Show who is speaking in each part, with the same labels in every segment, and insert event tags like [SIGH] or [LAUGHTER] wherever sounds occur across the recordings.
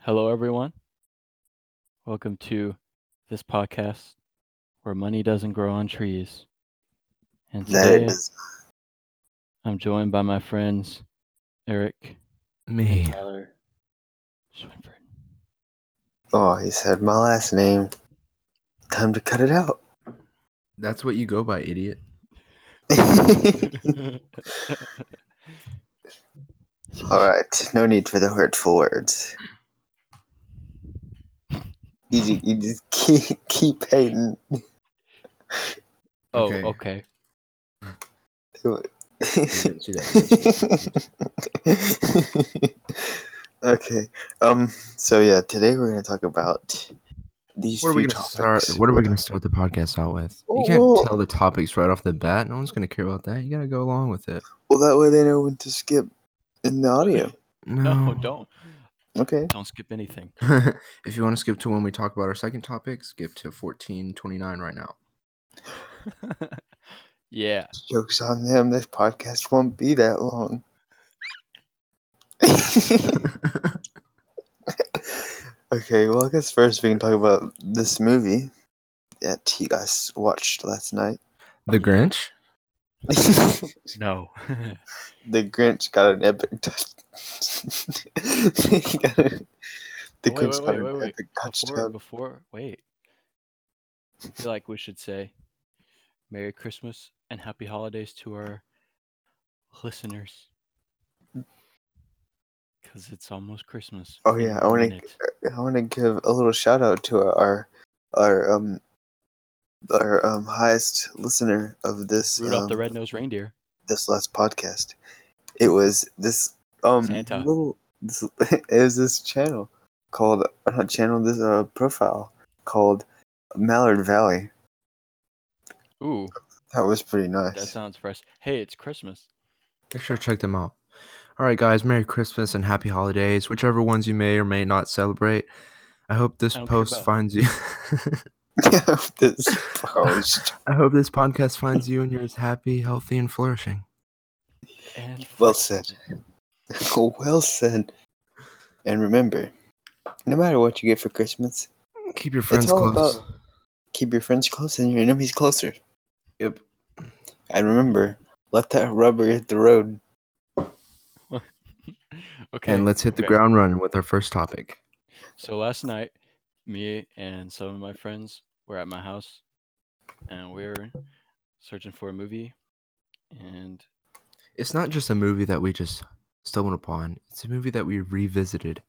Speaker 1: Hello, everyone. Welcome to this podcast where money doesn't grow on trees. And today
Speaker 2: That
Speaker 1: I'm joined by my friends Eric,
Speaker 3: Me.
Speaker 1: Tyler, Swinford.
Speaker 2: oh, he said my last name. Time to cut it out.
Speaker 3: That's what you go
Speaker 2: [LAUGHS]
Speaker 3: by, idiot.
Speaker 2: All right, no need for the hurtful words. You, ju- you just keep keep hating. [LAUGHS]
Speaker 1: Oh,
Speaker 3: Okay.
Speaker 1: okay.
Speaker 2: okay. Um. So yeah, today we're gonna talk about these.
Speaker 3: [LAUGHS] What are we
Speaker 2: few
Speaker 3: gonna start?
Speaker 2: topics.
Speaker 3: What are we gonna start the podcast out with? You
Speaker 2: Oh.
Speaker 3: can't tell the topics right off the bat. No one's gonna care about that. You gotta go along with it.
Speaker 2: Well, that way they know when to skip in the audio.
Speaker 1: [LAUGHS]
Speaker 3: No,
Speaker 1: No, don't.
Speaker 2: Okay.
Speaker 1: Don't skip anything. [LAUGHS]
Speaker 3: don't. [LAUGHS] if you want to skip to when we talk about our second topic, skip to fourteen twenty nine right now.
Speaker 1: yeah.
Speaker 2: Jokes on them. This podcast won't be that long. [LAUGHS] okay, well, I guess first we can talk about this movie that he guys watched
Speaker 1: [LAUGHS]
Speaker 2: last night.
Speaker 3: the Grinch.
Speaker 2: the
Speaker 1: No. [LAUGHS]
Speaker 2: Grinch got an epic. [LAUGHS] He got a- the
Speaker 1: Wait,
Speaker 2: Grinch
Speaker 1: wait,
Speaker 2: got
Speaker 1: wait,
Speaker 2: an
Speaker 1: wait, wait.
Speaker 2: epic
Speaker 1: before,
Speaker 2: touchdown.
Speaker 1: before, wait. I feel like we should say Merry Christmas and Happy Holidays to our listeners. Because it's almost Christmas.
Speaker 2: Oh,
Speaker 1: in
Speaker 2: yeah, I
Speaker 1: a
Speaker 2: wanna-
Speaker 1: minute.
Speaker 2: I want to give a little shout out to our our um our um highest listener of this
Speaker 1: Rudolph the
Speaker 2: um,
Speaker 1: Red-Nosed Reindeer.
Speaker 2: this last podcast. It was this um
Speaker 1: Santa.
Speaker 2: little this, [LAUGHS] it was this channel called uh, not channel this uh profile called Mallard Valley.
Speaker 1: Ooh,
Speaker 2: That was pretty nice. [LAUGHS]
Speaker 1: that sounds fresh. Hey, it's Christmas.
Speaker 3: Make sure to check them out. All right, guys. Merry Christmas and happy holidays, whichever ones you may or may not celebrate. I hope this
Speaker 1: I don't care
Speaker 3: post
Speaker 1: about-
Speaker 3: finds you. [LAUGHS]
Speaker 2: This post.
Speaker 3: I hope this podcast finds you and yours happy, healthy, and flourishing.
Speaker 1: And
Speaker 2: Well
Speaker 1: fresh.
Speaker 2: said. well said. And remember, no matter what you get for Christmas,
Speaker 3: Keep your friends
Speaker 2: all
Speaker 3: close.
Speaker 2: about- keep your friends close and your enemies closer.
Speaker 3: Yep.
Speaker 2: And remember, let that rubber hit the road.
Speaker 1: [LAUGHS] okay.
Speaker 3: And let's hit the
Speaker 1: okay.
Speaker 3: ground running with our first topic.
Speaker 1: So last night, me and some of my friends were at my house, and we were searching for a movie, and
Speaker 3: It's not just a movie that we just stumbled upon, it's a movie that we revisited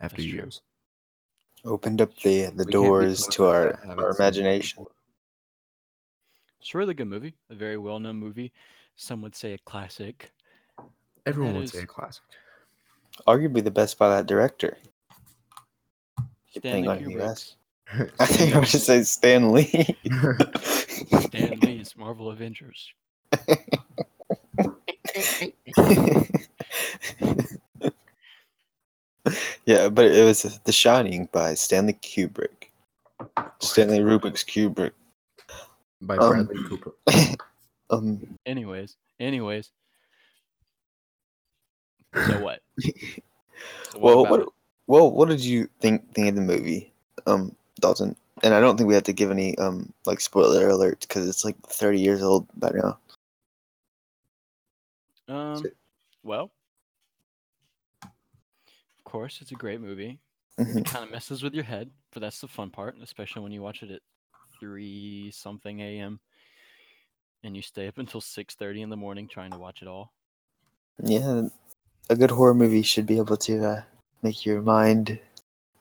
Speaker 3: after
Speaker 1: That's true.
Speaker 3: years.
Speaker 2: Opened up the the
Speaker 3: We can't be
Speaker 2: doors
Speaker 3: close
Speaker 2: to our,
Speaker 3: that haven't
Speaker 2: our
Speaker 3: seen
Speaker 2: imagination.
Speaker 3: before.
Speaker 1: It's a really good movie, a very well known movie. Some would say a classic.
Speaker 3: Everyone
Speaker 1: That
Speaker 3: would
Speaker 1: is-
Speaker 3: say a classic.
Speaker 2: [LAUGHS]
Speaker 3: [LAUGHS]
Speaker 2: Arguably the best by that director.
Speaker 1: Stanley
Speaker 2: on the US.
Speaker 1: Kubrick's
Speaker 2: I think I would just say Stan Lee. [LAUGHS]
Speaker 1: Dan Lee's Marvel Avengers.
Speaker 2: yeah, but it was The Shining by Stanley Kubrick.
Speaker 3: Oh,
Speaker 2: Stanley Rubik's Kubrick.
Speaker 3: By
Speaker 2: Um,
Speaker 3: Bradley Cooper.
Speaker 2: Um,
Speaker 1: Anyways, anyways. So what? So what
Speaker 2: well,
Speaker 1: about
Speaker 2: what,
Speaker 1: it?
Speaker 2: well, what did you think think of the movie, um, Dalton? And I don't think we have to give any um like spoiler alerts because it's like thirty years old by now.
Speaker 1: Um, well, of course, it's a great movie.
Speaker 2: Mhm.
Speaker 1: Kind of messes with your head, but that's the fun part, especially when you watch it at three something a.m. and you stay up until six thirty in the morning trying to watch it all.
Speaker 2: Yeah, a good horror movie should be able to uh, make your mind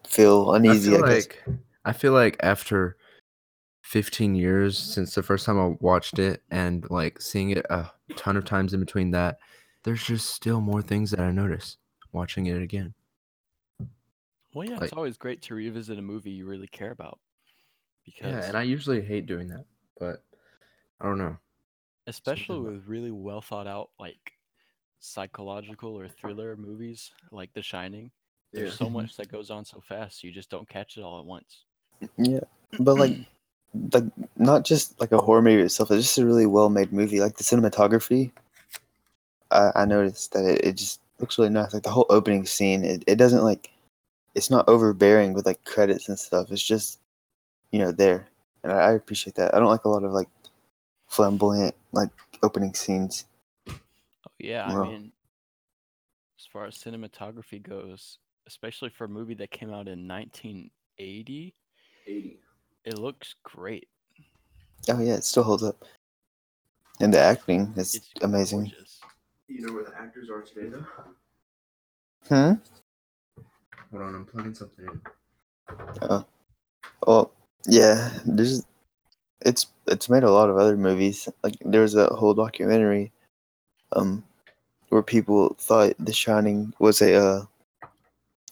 Speaker 2: feel uneasy. I,
Speaker 3: I feel
Speaker 2: guess.
Speaker 3: like I feel like after 15 years since the first time I watched it and like seeing it a ton of times in between that, there's just still more things that I notice watching it again.
Speaker 1: Well, yeah, it's
Speaker 3: Like-
Speaker 1: always great to revisit a movie you really care about because,
Speaker 3: Yeah, and I usually hate doing that, but I don't know.
Speaker 1: especially
Speaker 3: that-
Speaker 1: with really well thought out, like psychological or thriller movies like The Shining, there's so
Speaker 2: Mhm.
Speaker 3: Mm-hmm.
Speaker 1: much that goes on so fast, you just don't catch it all at once.
Speaker 2: Yeah, but like, like not just like a horror movie itself. It's just a really well made movie. Like the cinematography, I, I noticed that it, it just looks really nice. Like the whole opening scene, it, it doesn't like it's not overbearing with like credits and stuff. It's just you know there, and I, I appreciate that. I don't like a lot of like flamboyant like opening scenes.
Speaker 1: Oh, yeah,
Speaker 2: Well.
Speaker 1: I mean, as far as cinematography goes, especially for a movie that came out in 1980, it looks great.
Speaker 2: Oh yeah, it still holds up, and the acting is
Speaker 1: It's
Speaker 2: amazing.
Speaker 1: gorgeous. [LAUGHS]
Speaker 3: You know where the actors are today, though?
Speaker 2: Hmm.
Speaker 3: Hold on, I'm plugging something in.
Speaker 2: Well, yeah, there's it's it's made a lot of other movies. Like there was a whole documentary, um, where people thought The Shining was a uh,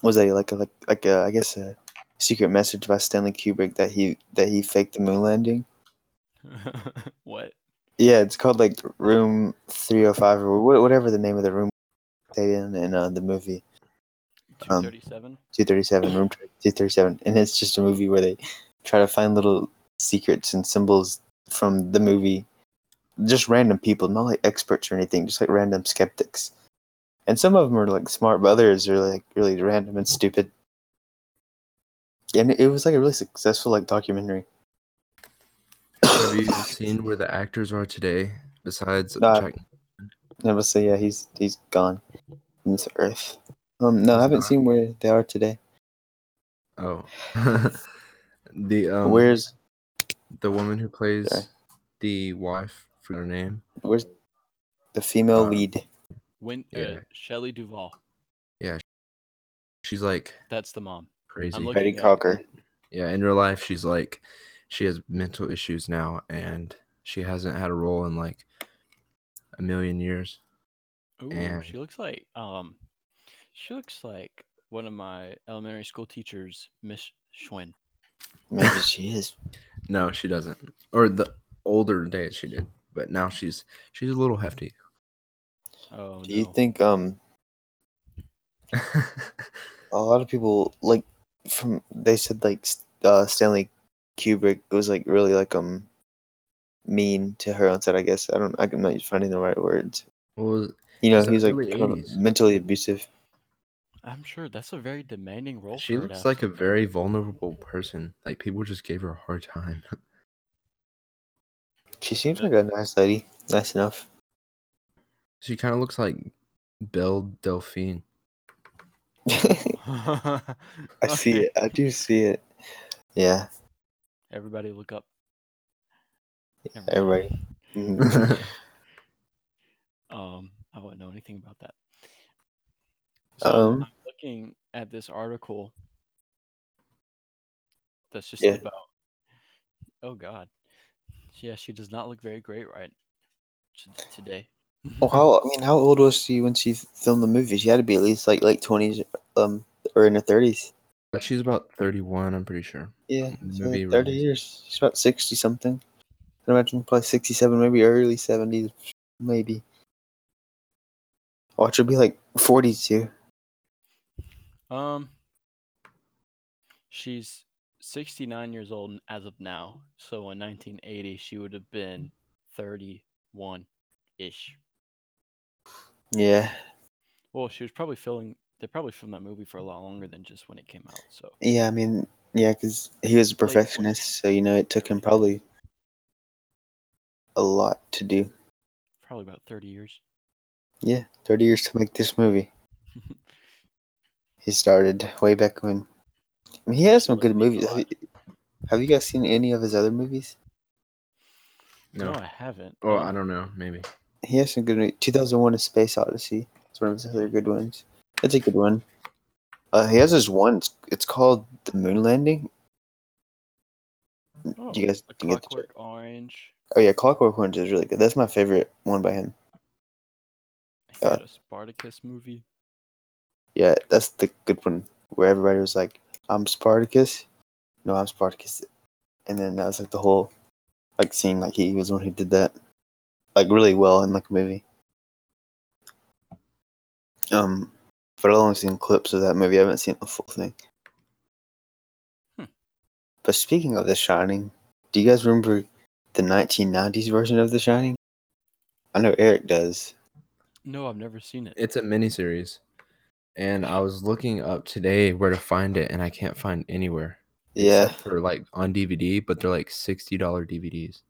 Speaker 2: was a like a like like a, I guess a secret message by Stanley Kubrick that he that he faked the moon landing.
Speaker 1: what?
Speaker 2: Yeah, it's called like Room Three Hundred Five or wha- whatever the name of the room they in in uh, the movie.
Speaker 3: Um,
Speaker 1: 237?
Speaker 2: two thirty seven, room two thirty seven, and it's just a movie where they try to find little secrets and symbols from the movie, just random people, not like experts or anything, just like random skeptics. And some of them are like smart, but others are like really random and stupid. And it was like a really successful like documentary. [COUGHS]
Speaker 3: Have you seen where the actors are today? Besides
Speaker 2: No.
Speaker 3: Jack,
Speaker 2: And I must say, yeah, he's he's gone from this earth. Um, no, I haven't seen where they are today.
Speaker 3: oh, [LAUGHS] the um,
Speaker 2: Where's
Speaker 3: the woman who plays
Speaker 2: Sorry.
Speaker 3: the wife for her name?
Speaker 2: where's the female
Speaker 3: Uh,
Speaker 2: lead?
Speaker 1: When uh,
Speaker 3: Yeah.
Speaker 1: Shelley Duvall.
Speaker 3: She's like
Speaker 1: That's the mom.
Speaker 3: crazy.
Speaker 1: I'm looking
Speaker 2: Betty
Speaker 1: up.
Speaker 2: Crocker.
Speaker 3: yeah, in real life, she's like she has mental issues now, and she hasn't had a role in like a million years.
Speaker 1: Ooh,
Speaker 3: And-
Speaker 1: she looks like um, she looks like one of my elementary school teachers, Miss Schwinn.
Speaker 2: Maybe she is.
Speaker 3: No, she doesn't. Or the older days she did, but now she's she's a little hefty. [LAUGHS]
Speaker 1: Oh,
Speaker 2: Do you
Speaker 1: no.
Speaker 2: think um a lot of people like from they said like S- uh, Stanley Kubrick was like really like um mean to her on set? I guess I don't. I'm not finding the right words.
Speaker 3: well,
Speaker 2: You know,
Speaker 3: It's the
Speaker 2: he's like
Speaker 3: early
Speaker 2: kind of
Speaker 3: 80s.
Speaker 2: mentally abusive.
Speaker 1: I'm sure that's a very demanding role.
Speaker 3: she
Speaker 1: for her to
Speaker 3: looks
Speaker 1: have
Speaker 3: like
Speaker 1: to
Speaker 3: a very vulnerable person. Like people just gave her a hard time. [LAUGHS]
Speaker 2: She seems like a nice lady. Nice enough. [LAUGHS]
Speaker 3: she kind of looks like Belle Delphine. [LAUGHS]
Speaker 2: I
Speaker 1: I [LAUGHS]
Speaker 2: see it. I do see it. Yeah,
Speaker 1: Everybody look up. Everybody.
Speaker 2: everybody.
Speaker 3: [LAUGHS]
Speaker 2: Mhm.
Speaker 3: I
Speaker 1: Um, I wouldn't know anything about that. So
Speaker 2: Um,
Speaker 1: I'm looking at this article that's just
Speaker 2: Yeah.
Speaker 1: about. Oh God, yeah, she does not look very great right t- today.
Speaker 2: well, Oh, how I mean, how old was she when she filmed the movie? She had to be at least like late twenties, um, or in her thirties.
Speaker 3: But she's about 31, I'm pretty sure.
Speaker 2: Yeah,
Speaker 3: the
Speaker 2: so
Speaker 3: movie
Speaker 2: 30
Speaker 3: release.
Speaker 2: years. She's about 60 something. I'd imagine probably 67, maybe early 70s, maybe. Watch her be like 42.
Speaker 1: [LAUGHS] Um, she's 69 years old as of now. So in 1980, she would have been 31 ish.
Speaker 2: Yeah.
Speaker 1: Well, she was probably filming. They probably filmed that movie for a lot longer than just when it came out. So
Speaker 2: Yeah, I mean, yeah, because he was a
Speaker 1: Like, what-
Speaker 2: perfectionist, so, you know, it took him probably a lot to do.
Speaker 1: probably about 30
Speaker 2: [LAUGHS]
Speaker 1: years.
Speaker 2: Yeah, 30 years to make this movie. He started way back when. I mean, he has some good movies. Have you, have you guys seen any of his other movies?
Speaker 1: No,
Speaker 3: No.
Speaker 1: Oh, I haven't.
Speaker 3: Well, Oh, I don't know. Maybe.
Speaker 2: He has some good. mo- 2001: A Space Odyssey. It's one of his other good ones. That's a good one. Uh, he has this one. It's, it's called The Moon Landing.
Speaker 1: Oh,
Speaker 2: you guys
Speaker 1: A
Speaker 2: can get the
Speaker 1: Clockwork Orange.
Speaker 2: Oh yeah, Clockwork Orange is really good. That's my favorite one by him.
Speaker 1: He
Speaker 2: Uh,
Speaker 1: had a Spartacus movie.
Speaker 2: Yeah, that's the good one where everybody was like, "I'm Spartacus." No, I'm Spartacus, and then that was like the whole like scene. Like he was the one who did that, like really well in like a movie. Um, but I've only seen clips of that movie. I haven't seen the full thing.
Speaker 1: Hmm.
Speaker 2: But speaking of The Shining, do you guys remember the 1990s version of The Shining? I know Eric does.
Speaker 1: No, I've never seen it.
Speaker 3: It's a miniseries. and I was looking up today where to find it, and I can't find anywhere.
Speaker 2: Yeah,
Speaker 3: For like on DVD, but they're like sixty dollar DVDs.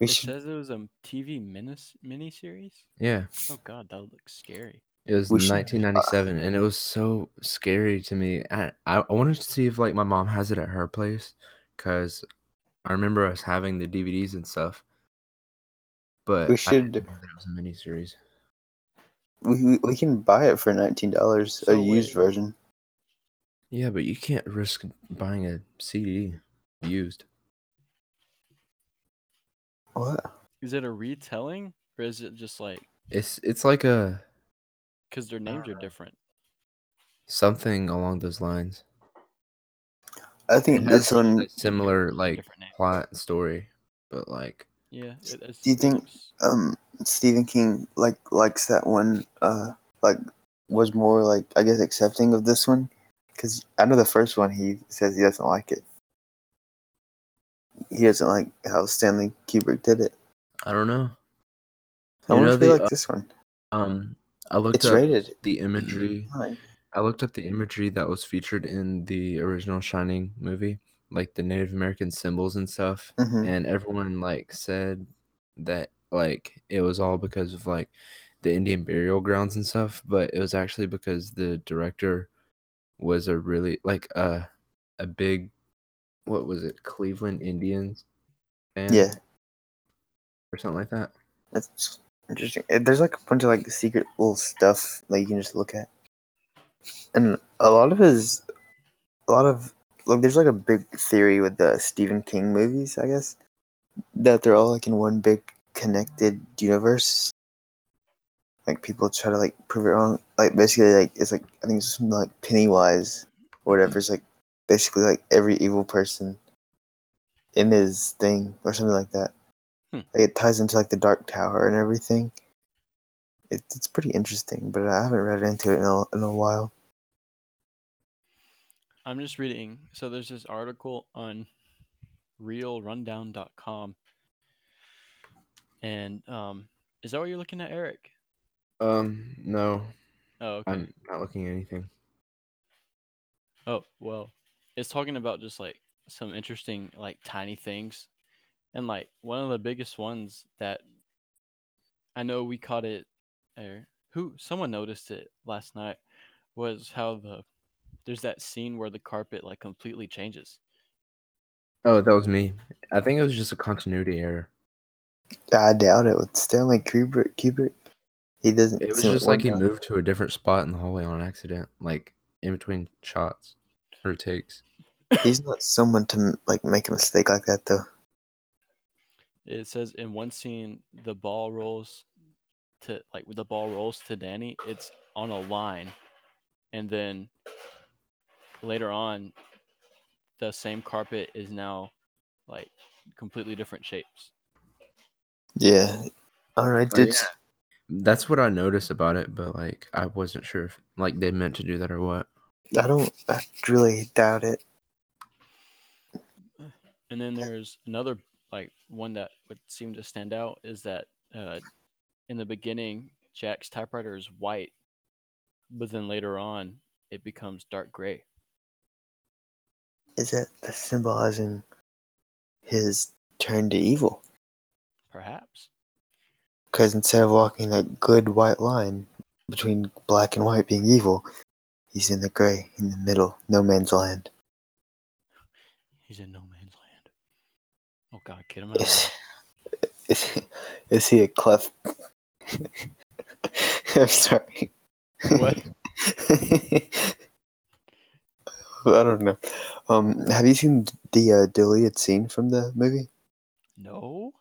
Speaker 2: we
Speaker 1: it
Speaker 2: should.
Speaker 1: says it was a TV minis miniseries.
Speaker 3: Yeah,
Speaker 1: Oh god, that looks scary.
Speaker 3: it was
Speaker 2: We should- uh,
Speaker 3: 1997, and it was so scary to me. I I I wanted to see if like my mom has it at her place, cause I remember us having the DVDs and stuff. But I didn't
Speaker 2: should-
Speaker 3: know that it was a miniseries.
Speaker 2: We, we we can buy it for nineteen dollars,
Speaker 1: So
Speaker 2: a used
Speaker 1: wait.
Speaker 2: version.
Speaker 3: Yeah, but you can't risk buying a CD used.
Speaker 2: What?
Speaker 1: Is it a retelling or is it just like
Speaker 3: It's it's like a
Speaker 1: because their names are
Speaker 2: Uh,
Speaker 1: different?
Speaker 3: something along those lines.
Speaker 2: I think
Speaker 3: It
Speaker 2: this
Speaker 3: has
Speaker 2: one.
Speaker 3: a similar like
Speaker 1: different name.
Speaker 3: plot and story, but like
Speaker 1: Yeah. It, it's-
Speaker 2: Do you think-
Speaker 1: it's-
Speaker 2: um Stephen King like likes that one uh like was more like I guess accepting of this one cuz I know the first one he says he doesn't like it. He doesn't like how Stanley Kubrick did it.
Speaker 3: I don't know.
Speaker 2: I
Speaker 3: You
Speaker 2: wonder
Speaker 3: know
Speaker 2: if they
Speaker 3: the,
Speaker 2: like
Speaker 3: uh,
Speaker 2: this one.
Speaker 3: Um, I looked
Speaker 2: It's
Speaker 3: up
Speaker 2: rated.
Speaker 3: the imagery.
Speaker 2: Right.
Speaker 3: I looked up the imagery that was featured in the original Shining movie, like the Native American symbols and stuff,
Speaker 2: Mhm.
Speaker 3: and everyone like said that like it was all because of like the Indian burial grounds and stuff, but it was actually because the director was a really like a a big what was it Cleveland Indians fan
Speaker 2: Yeah,
Speaker 3: or something like that.
Speaker 2: that's interesting. Uh, There's like a bunch of like secret little stuff that you can just look at. And a lot of his a lot of like there's like a big theory with the Stephen King movies, I guess, that they're all like in one big connected universe. Like people try to like prove it wrong. Like basically, like it's like I think it's something like Pennywise or whatever. It's like basically like every evil person in his thing or something like that.
Speaker 1: Hmm.
Speaker 2: Like it ties into like the Dark Tower and everything. It, it's pretty interesting, but I haven't read into it in a, in a while.
Speaker 1: I'm just reading. So there's this article on realrundown.com. And um, is that what you're looking at, Eric?
Speaker 3: Um, no,
Speaker 1: Oh, okay.
Speaker 3: I'm not looking at anything.
Speaker 1: Oh, well, it's talking about just like some interesting, like tiny things. And like one of the biggest ones that I know we caught it, or who someone noticed it last night was how the there's that scene where the carpet like completely changes.
Speaker 3: Oh, that was me. I think it was just a continuity error.
Speaker 2: I doubt it with Stanley Kubrick. Kubrick, he doesn't.
Speaker 3: It was
Speaker 2: seem
Speaker 3: just like he
Speaker 2: one guy.
Speaker 3: moved to a different spot in the hallway on accident, like in between shots or takes.
Speaker 2: He's not someone to like make a mistake like that though.
Speaker 1: It says in one scene the ball rolls to like the ball rolls to Danny. It's on a line, and then later on, the same carpet is now like completely different shapes.
Speaker 2: Yeah. All right,
Speaker 3: Oh,
Speaker 2: dude.
Speaker 3: That's what I noticed about it, but like I wasn't sure if like they meant to do that or what.
Speaker 2: I don't. I really doubt it.
Speaker 1: And then there's another like one that would seem to stand out is that uh, in the beginning Jack's typewriter is white, but then later on it becomes dark gray.
Speaker 2: Is that the symbolizing his turn to evil?
Speaker 1: Perhaps
Speaker 2: Because instead of walking that good white line between black and white being evil, he's in the gray, in the middle, no man's land.
Speaker 1: he's in no man's land. Oh God, get him out! of
Speaker 2: Is,
Speaker 1: here.
Speaker 2: is, is he a cleft? [LAUGHS] I'm sorry.
Speaker 1: What?
Speaker 2: [LAUGHS] I don't know. Um, have you seen the uh, deleted scene from the movie?
Speaker 1: No.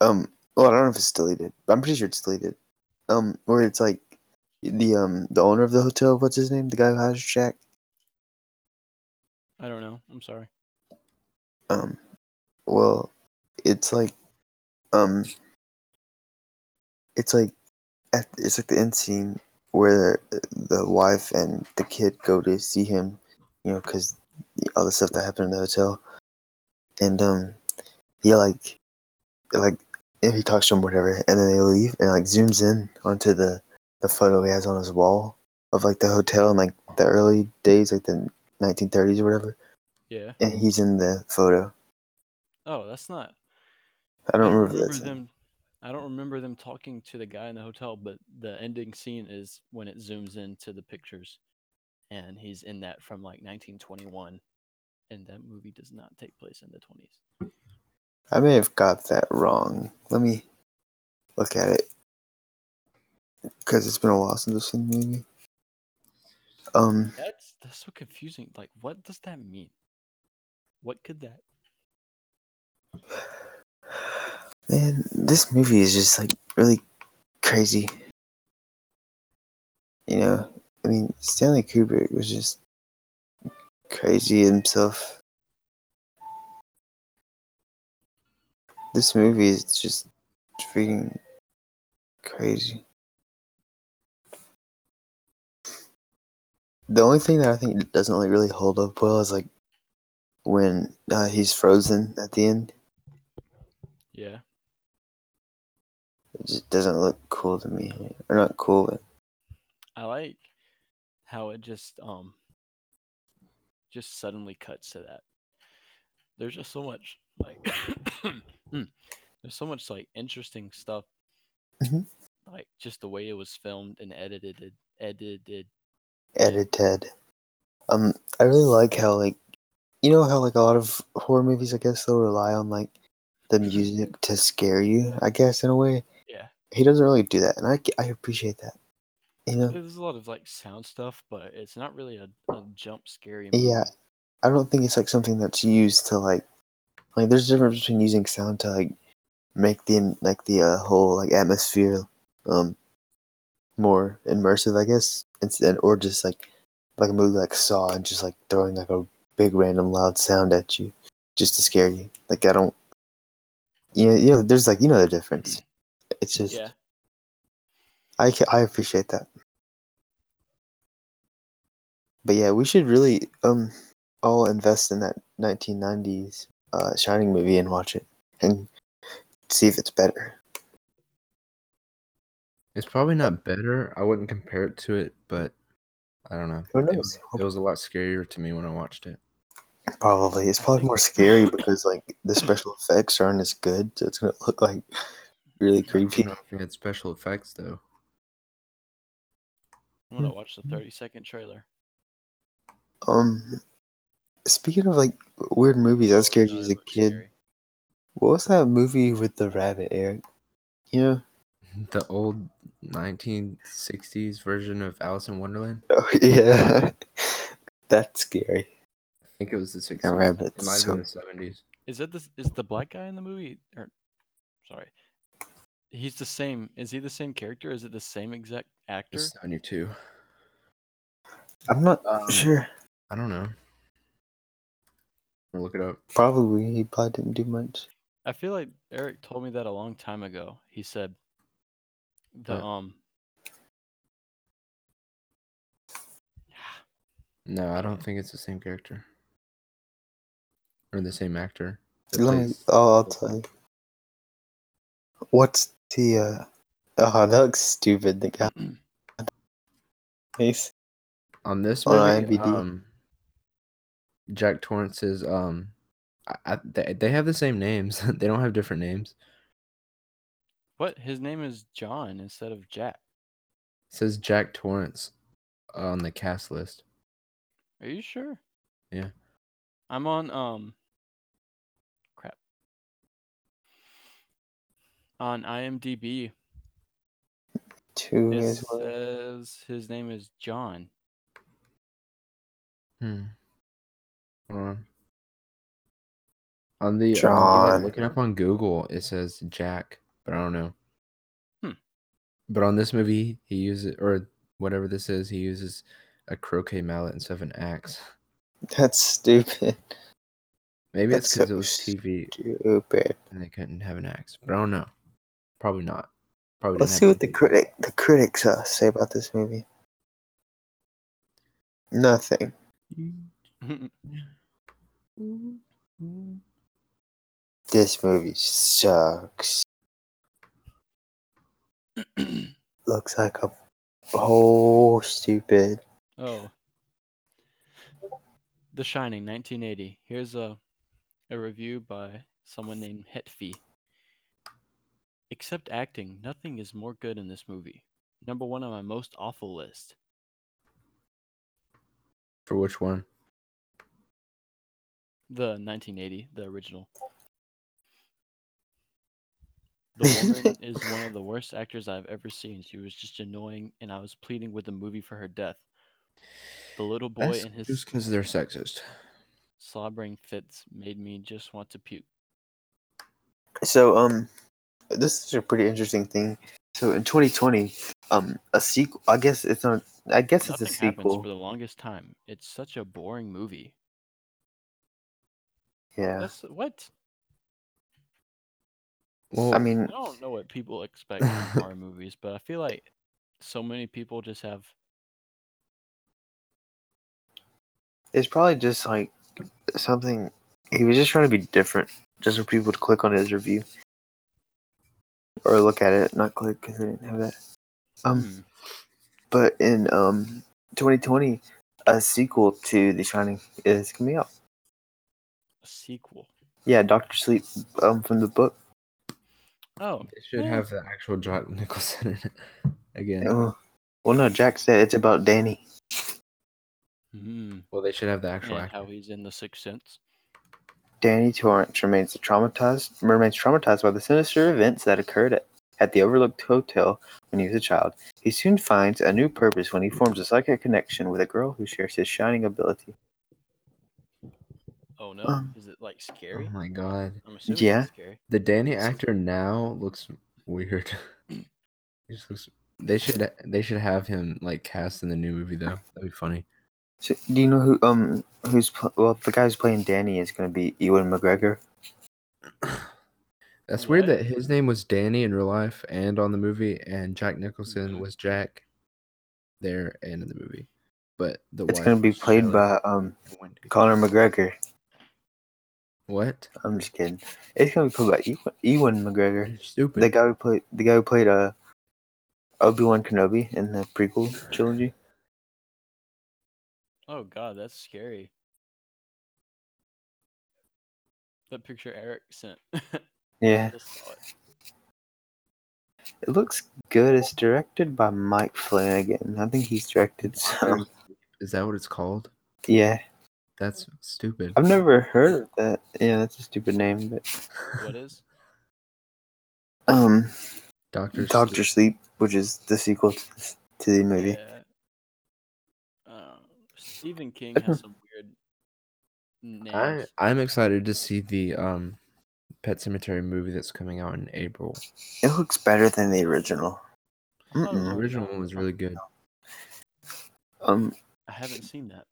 Speaker 2: Um, well, I don't know if it's deleted. But I'm pretty sure it's deleted. Um, where it's like the um the owner of the hotel. What's his name? The guy who hires Jack.
Speaker 1: I don't know. I'm sorry.
Speaker 2: Um, well, it's like, um, it's like, at, it's like the end scene where the wife and the kid go to see him, you know, because all the stuff that happened in the hotel, and um, he like, like, if he talks to him, whatever, and then they leave, and like zooms in onto the the photo he has on his wall of like the hotel in like the early days, like the 1930s or whatever.
Speaker 1: Yeah.
Speaker 2: And he's in the photo.
Speaker 1: Oh, that's not.
Speaker 2: I don't remember,
Speaker 1: remember
Speaker 2: that. scene.
Speaker 1: them. I don't remember them talking to the guy in the hotel, but the ending scene is when it zooms into the pictures, and he's in that from like 1921, and that movie does not take place in the 20s.
Speaker 2: I may have got that wrong. Let me look at it because it's been a while since I've seen the movie. Um,
Speaker 1: That's that's so confusing. Like, what does that mean? What could that?
Speaker 2: man, this movie is just like really crazy. You know, I mean, Stanley Kubrick was just crazy himself. This movie is just freaking crazy. The only thing that I think doesn't like really hold up well is like when uh, he's frozen at the end.
Speaker 1: Yeah.
Speaker 2: It just doesn't look cool to me. Or not cool, but
Speaker 1: I like how it just um just suddenly cuts to that. There's just so much like [COUGHS] Mm. there's so much like interesting stuff.
Speaker 2: Mhm.
Speaker 1: Like just the way it was filmed and edited edited.
Speaker 2: edited. Um, I really like how like you know how like a lot of horror movies, I guess they'll rely on like the music to scare you. I guess in a way,
Speaker 1: Yeah.
Speaker 2: he doesn't really do that, and I I appreciate that. You know,
Speaker 1: There's a lot of like sound stuff, but it's not really a, a jump scary
Speaker 2: Yeah. I don't think it's like something that's used to like like there's a difference between using sound to like make the like the uh, whole like atmosphere um more immersive I guess instead or just like like a movie like Saw and just like throwing like a big random loud sound at you just to scare you like I don't yeah you know there's like you know the difference it's just
Speaker 1: Yeah.
Speaker 2: I ca- I appreciate that. But yeah, we should really um all invest in that 1990s uh Shining movie and watch it and see if it's better.
Speaker 3: It's probably not better. I wouldn't compare it to it, but I don't know.
Speaker 2: Who
Speaker 3: It
Speaker 2: knows?
Speaker 3: was, it was a lot scarier to me when I watched it.
Speaker 2: Probably it's probably more scary because like the special effects aren't as good, so it's gonna look like really
Speaker 3: I don't
Speaker 2: creepy.
Speaker 3: know if it had special effects though. [LAUGHS]
Speaker 1: I'm
Speaker 2: mm,
Speaker 1: gonna watch the 30 second trailer.
Speaker 2: Um, speaking of like weird movies, I
Speaker 1: Oh,
Speaker 2: was scared
Speaker 1: no,
Speaker 2: you
Speaker 1: it
Speaker 2: as a
Speaker 1: looks
Speaker 2: kid.
Speaker 1: scary.
Speaker 2: What was that movie with the rabbit, Eric? You know, [LAUGHS]
Speaker 3: The old 1960s version of Alice in Wonderland.
Speaker 2: oh yeah, [LAUGHS] that's scary.
Speaker 3: I think it was the 60s.
Speaker 2: And
Speaker 3: It
Speaker 2: rabbits.
Speaker 3: might have
Speaker 2: so-
Speaker 3: been the 70s.
Speaker 1: Is that this is the black guy in the movie or sorry. He's the same. Is he the same character? Is it the same exact actor?
Speaker 3: It's 72.
Speaker 2: I'm not
Speaker 3: Um,
Speaker 2: sure.
Speaker 3: I don't know. I'll Look it up.
Speaker 2: Probably he probably didn't do much.
Speaker 1: I feel like Eric told me that a long time ago. He said the
Speaker 3: What?
Speaker 1: um
Speaker 3: No, I don't think it's the same character or the same actor. that
Speaker 2: Let me.
Speaker 3: plays-
Speaker 2: Oh, I'll tell you. What's the? uh Oh, that looks stupid. The guy. Face.
Speaker 3: on this
Speaker 2: on
Speaker 3: movie,
Speaker 2: IMDb.
Speaker 3: um, Jack Torrance is um, I, I, they they have the same names. [LAUGHS] they don't have different names.
Speaker 1: [CLEARS THROAT] what his name is John instead of Jack.
Speaker 3: It says Jack Torrance on the cast list.
Speaker 1: Are you sure?
Speaker 3: Yeah.
Speaker 1: I'm on um crap. On IMDb
Speaker 2: Two
Speaker 1: it
Speaker 2: as well.
Speaker 1: says his name is John. [LAUGHS]
Speaker 3: Hmm. Hold on. On the um,
Speaker 2: John.
Speaker 3: looking up on Google, it says Jack, but I don't know.
Speaker 1: Hmm.
Speaker 3: But on this movie, he uses or whatever this is, he uses a croquet mallet instead of an axe.
Speaker 2: That's stupid.
Speaker 3: Maybe it's
Speaker 2: That's
Speaker 3: because
Speaker 2: so
Speaker 3: it was TV
Speaker 2: Stupid.
Speaker 3: and they couldn't have an axe, but I don't know. Probably not. Probably.
Speaker 2: Let's
Speaker 3: didn't
Speaker 2: see
Speaker 3: have
Speaker 2: what the critic the critics uh, say about this movie. Nothing.
Speaker 3: TV.
Speaker 2: This movie sucks. Looks like a Oh, stupid.
Speaker 1: Oh. The Shining, 1980. Here's a a review by someone named Hetfi. Except acting, nothing is more good in this movie. Number one on my most awful list.
Speaker 3: For which one?
Speaker 1: The 1980, the
Speaker 2: [LAUGHS]
Speaker 1: original. The woman is one of the worst actors I've ever seen. She was just annoying, and I was pleading with the movie for her death. The little boy
Speaker 3: That's
Speaker 1: and his
Speaker 3: just because they're sexist.
Speaker 1: slobbering fits made me just want to puke.
Speaker 2: So, um, this is a pretty interesting thing. So, in 2020, um, a sequel. I guess it's not. I guess it's a
Speaker 1: Nothing happens for
Speaker 2: sequel.
Speaker 1: the longest time. It's such a boring movie.
Speaker 2: Yeah.
Speaker 1: That's what
Speaker 3: Well,
Speaker 2: I mean,
Speaker 1: I don't know what people expect
Speaker 2: [LAUGHS]
Speaker 1: from horror movies, but I feel like so many people just have
Speaker 2: it's probably just like something. He was just trying to be different, just for people to click on his review or look at it, not click because I didn't have that. Um.
Speaker 1: hmm,
Speaker 2: but in um 2020 a sequel to the shining is coming out
Speaker 1: a sequel.
Speaker 2: yeah dr sleep um from the book
Speaker 1: Oh,
Speaker 3: it should
Speaker 1: yeah.
Speaker 3: have the actual Jack Nicholson in it again.
Speaker 2: Oh, well no jack said it's about danny
Speaker 1: hmm,
Speaker 3: Well, they should have the actual
Speaker 1: and
Speaker 3: actor.
Speaker 1: how he's in the Sixth Sense.
Speaker 2: danny torrance remains traumatized remains traumatized by the sinister events that occurred at, at the overlooked hotel when he was a child he soon finds a new purpose when he forms a psychic connection with a girl who shares his shining ability
Speaker 1: Oh no,
Speaker 2: Um,
Speaker 1: is it like
Speaker 3: Oh
Speaker 1: scary?
Speaker 3: my god.
Speaker 1: I'm assuming
Speaker 2: yeah.
Speaker 1: it's scary.
Speaker 3: The Danny
Speaker 1: So-
Speaker 3: actor now looks weird. [LAUGHS] He just looks- They should they should have him like cast in the new movie though. That'd be funny.
Speaker 2: so, do you know who um who's pl- well the guy who's playing danny is going to be ewan mcgregor
Speaker 3: That's weird
Speaker 1: What?
Speaker 3: that his name was Danny in real life and on the movie, and Jack
Speaker 1: Mm-hmm.
Speaker 3: Nicholson was Jack there and in the movie. But the
Speaker 2: it's
Speaker 3: wife
Speaker 2: going to be
Speaker 3: was
Speaker 2: played
Speaker 3: Shirley
Speaker 2: by um
Speaker 3: Wendy.
Speaker 2: conor mcgregor
Speaker 3: what?
Speaker 2: I'm just kidding. It's gonna be cool by Ewan, Ewan McGregor,
Speaker 3: You're stupid.
Speaker 2: the guy who played the guy who played uh Obi Wan Kenobi in the prequel trilogy.
Speaker 1: Oh god, that's scary. That picture Eric sent. [LAUGHS]
Speaker 2: Yeah,
Speaker 1: Just saw it.
Speaker 2: it looks good. It's directed by Mike Flanagan. I think he's directed some.
Speaker 3: Is that what it's called?
Speaker 2: Yeah,
Speaker 3: That's stupid.
Speaker 2: I've never heard of that. Yeah, that's a stupid name, but
Speaker 1: what
Speaker 3: [LAUGHS]
Speaker 1: is?
Speaker 2: um,
Speaker 3: [LAUGHS] Doctor
Speaker 2: Doctor Sleep, which is the sequel to, this- to the movie.
Speaker 1: Yeah. Uh, Stephen
Speaker 3: [LAUGHS]
Speaker 1: King
Speaker 2: That's
Speaker 1: has some weird names.
Speaker 3: I I'm excited to see the um Pet Cemetery movie that's coming out in April.
Speaker 2: It looks better than the original.
Speaker 3: The
Speaker 2: Mm-mm.
Speaker 3: original one was really good.
Speaker 2: Um,
Speaker 1: I haven't seen that.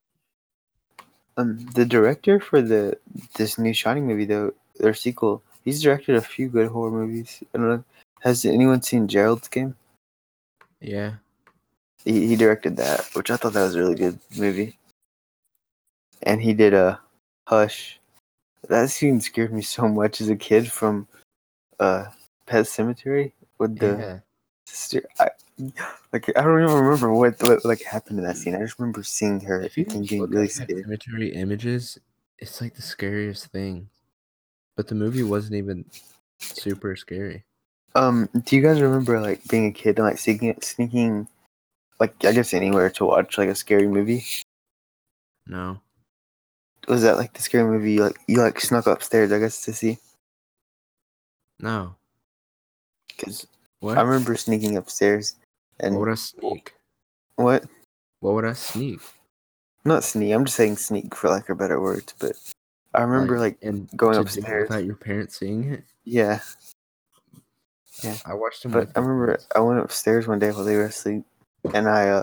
Speaker 2: Um, the director for the this new Shining movie though, their sequel, he's directed a few good horror movies. I don't know. Has anyone seen Gerald's Game?
Speaker 3: Yeah.
Speaker 2: He he directed that, which I thought that was a really good movie. And he did a Hush. That scene scared me so much as a kid from uh Pet Cemetery with the
Speaker 3: yeah.
Speaker 2: sister. I, like I don't even remember what, what like happened in that scene. I just remember seeing her
Speaker 3: If you
Speaker 2: and getting
Speaker 3: look
Speaker 2: really
Speaker 3: at Pet
Speaker 2: scared.
Speaker 3: Cemetery images, it's like the scariest thing. But the movie wasn't even super scary.
Speaker 2: Um, do you guys remember like being a kid and like sneaking, sneaking, like I guess anywhere to watch like a scary movie?
Speaker 3: No.
Speaker 2: Was that like the scary movie? You, like you like snuck upstairs, I guess, to see?
Speaker 3: No.
Speaker 2: Because
Speaker 3: What?
Speaker 2: I remember sneaking upstairs and
Speaker 3: what would I sneak?
Speaker 2: what?
Speaker 3: What would I sneak?
Speaker 2: Not sneak. I'm just saying sneak for lack of better words, but I remember like,
Speaker 3: and
Speaker 2: going
Speaker 3: to do it
Speaker 2: upstairs.
Speaker 3: without your parents seeing it.
Speaker 2: yeah.
Speaker 3: I watched them.
Speaker 2: But
Speaker 3: with
Speaker 2: I
Speaker 3: my
Speaker 2: remember
Speaker 3: parents.
Speaker 2: I went upstairs one day while they were asleep, and I uh,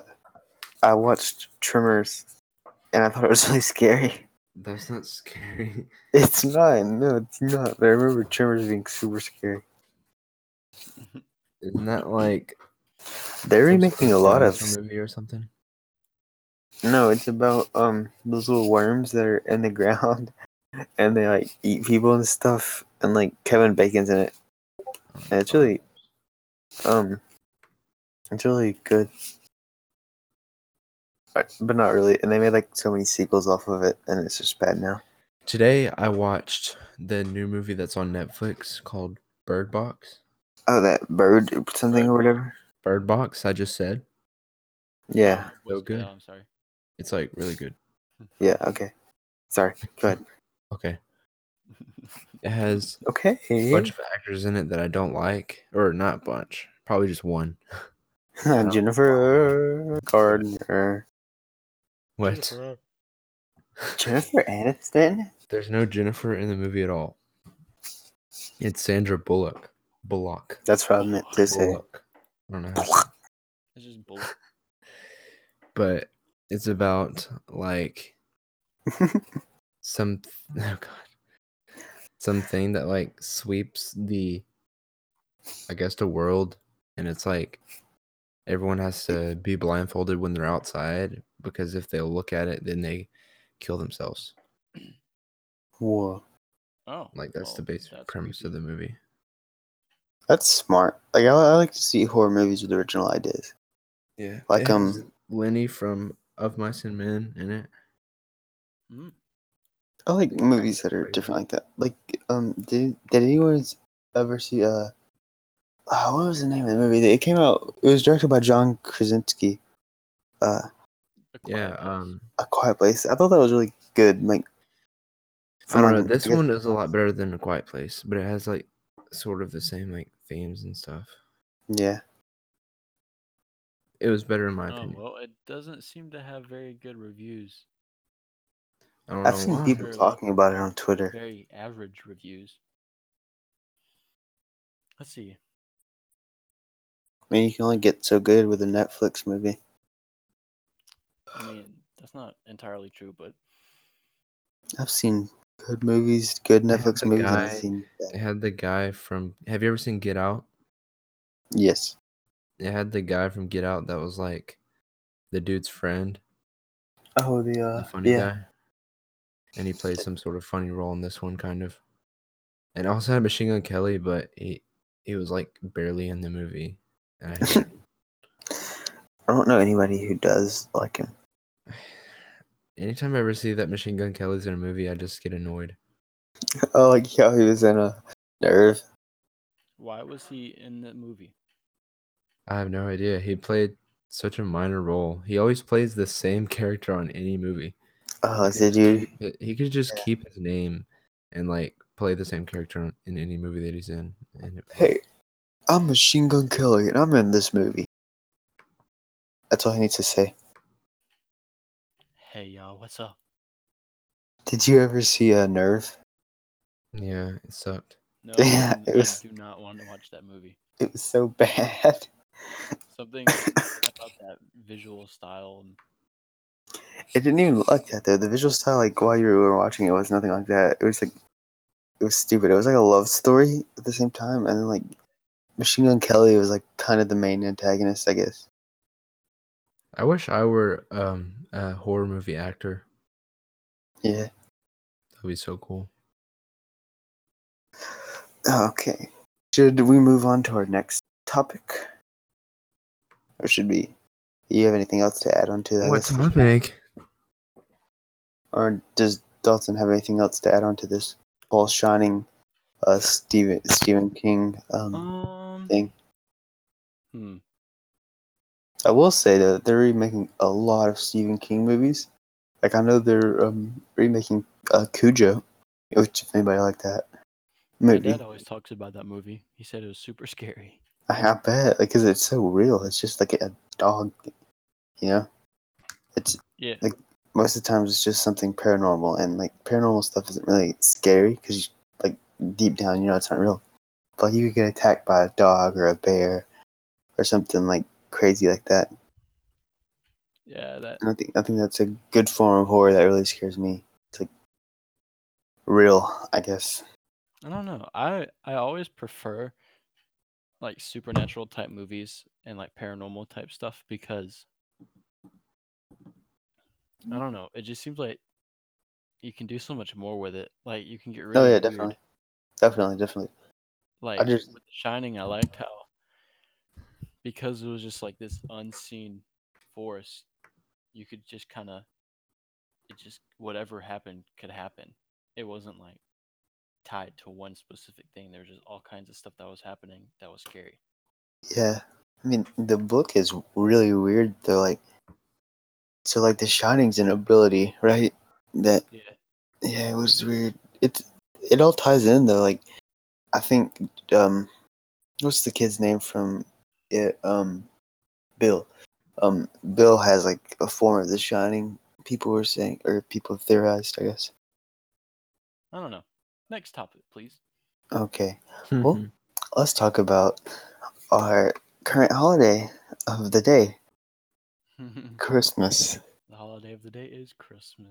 Speaker 2: I watched Tremors, and I thought it was [LAUGHS] really scary.
Speaker 3: That's not scary. [LAUGHS]
Speaker 2: It's not. No, it's not. But I remember Tremors being super scary.
Speaker 3: Isn't that like
Speaker 2: They're
Speaker 3: some
Speaker 2: remaking
Speaker 3: sort
Speaker 2: a lot of.
Speaker 3: dinosaur movie or something?
Speaker 2: No, it's about um those little worms that are in the [LAUGHS] ground, and they like eat people and stuff, and like Kevin Bacon's in it. And it's really, um, it's really good. but but not really. And they made like so many sequels off of it, and it's just bad now.
Speaker 3: Today I watched the new movie that's on Netflix called Bird Box.
Speaker 2: Oh, that bird or something or whatever.
Speaker 3: Bird Box, I just said.
Speaker 2: Yeah,
Speaker 1: What's-
Speaker 3: so good.
Speaker 1: oh, I'm sorry.
Speaker 3: It's like really good.
Speaker 2: yeah. Okay, sorry. Go ahead.
Speaker 3: Okay. It has
Speaker 2: Okay.
Speaker 3: a bunch of actors in it that I don't like. Or not a bunch. Probably just one.
Speaker 2: Jennifer Gardner.
Speaker 3: What?
Speaker 2: Jennifer Aniston.
Speaker 3: There's no Jennifer in the movie at all. It's Sandra Bullock. Bullock.
Speaker 2: That's what I meant to say.
Speaker 3: Bullock. I don't know. how-
Speaker 1: It's just bullshit.
Speaker 3: But it's about
Speaker 2: [LAUGHS]
Speaker 3: like some [LAUGHS] oh god something that like sweeps the i guess the world and it's like everyone has to be blindfolded when they're outside because if they look at it then they kill themselves
Speaker 2: Whoa,
Speaker 1: Oh,
Speaker 3: like that's the
Speaker 1: well,
Speaker 3: basic
Speaker 1: that's
Speaker 3: premise
Speaker 1: creepy.
Speaker 3: of the movie
Speaker 2: that's smart. Like I, I like to see horror movies with original ideas.
Speaker 3: yeah
Speaker 2: Like,
Speaker 3: it has
Speaker 2: um,
Speaker 3: lenny from of mice and men in it
Speaker 1: Mm.
Speaker 2: I like movies that are different like that. Like, um, did did anyone ever see uh, uh what was the name of the movie? that- It came out. It was directed by John Krasinski. Uh,
Speaker 1: A quiet
Speaker 3: yeah
Speaker 1: place.
Speaker 3: um
Speaker 2: A Quiet Place. I thought that was really good. Like,
Speaker 3: i don't know
Speaker 2: from-
Speaker 3: this
Speaker 2: I guess-
Speaker 3: one is a lot better than a quiet place but it has like sort of the same like themes and stuff
Speaker 2: Yeah,
Speaker 3: it was better in my
Speaker 1: Oh
Speaker 3: opinion
Speaker 1: well, it doesn't seem to have very good reviews.
Speaker 3: I don't
Speaker 2: I've
Speaker 3: know
Speaker 2: seen
Speaker 3: why.
Speaker 2: people
Speaker 1: Sure.
Speaker 2: talking about it on Twitter.
Speaker 1: Very average reviews. Let's see.
Speaker 2: I mean, you can only get so good with a Netflix movie.
Speaker 1: I mean, that's not entirely true, but
Speaker 2: I've seen good movies, good
Speaker 3: Yeah,
Speaker 2: Netflix
Speaker 3: the
Speaker 2: movies. and I've
Speaker 3: guy-
Speaker 2: seen
Speaker 3: It had the guy from. Have you ever seen Get Out?
Speaker 2: yes,
Speaker 3: It had the guy from Get Out that was like the dude's friend,
Speaker 2: oh the
Speaker 3: the
Speaker 2: uh,
Speaker 3: funny
Speaker 2: yeah,
Speaker 3: guy, and he played some sort of funny role in this one, kind of. And I also had Machine Gun Kelly, but he he was like barely in the movie, and I hated him.
Speaker 2: I don't know anybody who does like him.
Speaker 3: [SIGHS] anytime I ever see that Machine Gun Kelly's in a movie, I just get annoyed.
Speaker 2: [LAUGHS] Oh, like yeah, he was in a Nerve.
Speaker 1: why was he in the movie?
Speaker 3: I have no idea. He played such a minor role. He always plays the same character on any movie.
Speaker 2: Oh, is it dude?
Speaker 3: He- He could just
Speaker 2: Yeah.
Speaker 3: keep his name and like play the same character on- in any movie that he's in. And it,
Speaker 2: Hey, I'm Machine Gun Kelly, and I'm in this movie. That's all I need to say.
Speaker 1: Hey y'all, what's up?
Speaker 2: Did you ever see a Nerve?
Speaker 3: yeah, it sucked.
Speaker 1: No,
Speaker 2: [LAUGHS] Yeah,
Speaker 1: I
Speaker 2: it was-
Speaker 1: do not want to watch that movie.
Speaker 2: It was so [LAUGHS] bad.
Speaker 1: Something about that visual style and
Speaker 2: It didn't even look like that though. The visual style, like while you were watching it, was nothing like that. It was like, it was stupid. It was like a love story at the same time, and then like Machine Gun Kelly was like kind of the main antagonist, I guess.
Speaker 3: I wish I were um a horror movie actor.
Speaker 2: Yeah.
Speaker 3: That'd be so cool.
Speaker 2: Okay. Should we move on to our next topic, or should we? You have anything else to add on to that?
Speaker 3: What's
Speaker 2: [LAUGHS]
Speaker 3: topic?
Speaker 2: Or does Dalton have anything else to add on to this? Paul shining, uh, Stephen Stephen King [LAUGHS] um,
Speaker 1: um.
Speaker 2: thing.
Speaker 1: Hmm.
Speaker 2: I will say that they're remaking a lot of Stephen King movies. Like I know they're um, remaking uh, Cujo, which if anybody like that
Speaker 1: My
Speaker 2: movie,
Speaker 1: dad always talks about that movie. He said it was super scary.
Speaker 2: I, I bet because it's so real. It's just like a dog, you know. It's
Speaker 1: Yeah.
Speaker 2: most of the times it's just something paranormal, and like paranormal stuff isn't really scary because like deep down you know it's not real. But you could get attacked by a dog or a bear or something like crazy like that.
Speaker 1: Yeah, that
Speaker 2: And I think I think that's a good form of horror that really scares me. It's like real, I guess.
Speaker 1: I don't know. I I always prefer like supernatural type movies and like paranormal type stuff because I don't know. It just seems like you can do so much more with it. Like you can get really
Speaker 2: oh yeah,
Speaker 1: weird.
Speaker 2: definitely, definitely, definitely.
Speaker 1: Like
Speaker 2: just-
Speaker 1: with The Shining, I liked how because it was just like this unseen force you could just kind of it just whatever happened could happen. It wasn't like tied to one specific thing. There was just all kinds of stuff that was happening that was scary.
Speaker 2: Yeah. I mean, the book is really weird though. Like, so like the Shining's an ability, right? That
Speaker 1: Yeah.
Speaker 2: yeah, it was weird. It it all ties in though. Like, I think um, what's the kid's name from it? Um, Bill. Um, Bill has like a form of the Shining. People were saying, or people theorized, I guess.
Speaker 1: I don't know. Next topic, please.
Speaker 2: Okay. Well, let's talk about our current holiday of the day,
Speaker 1: [LAUGHS] the
Speaker 2: Christmas.
Speaker 1: holiday of the day is Christmas.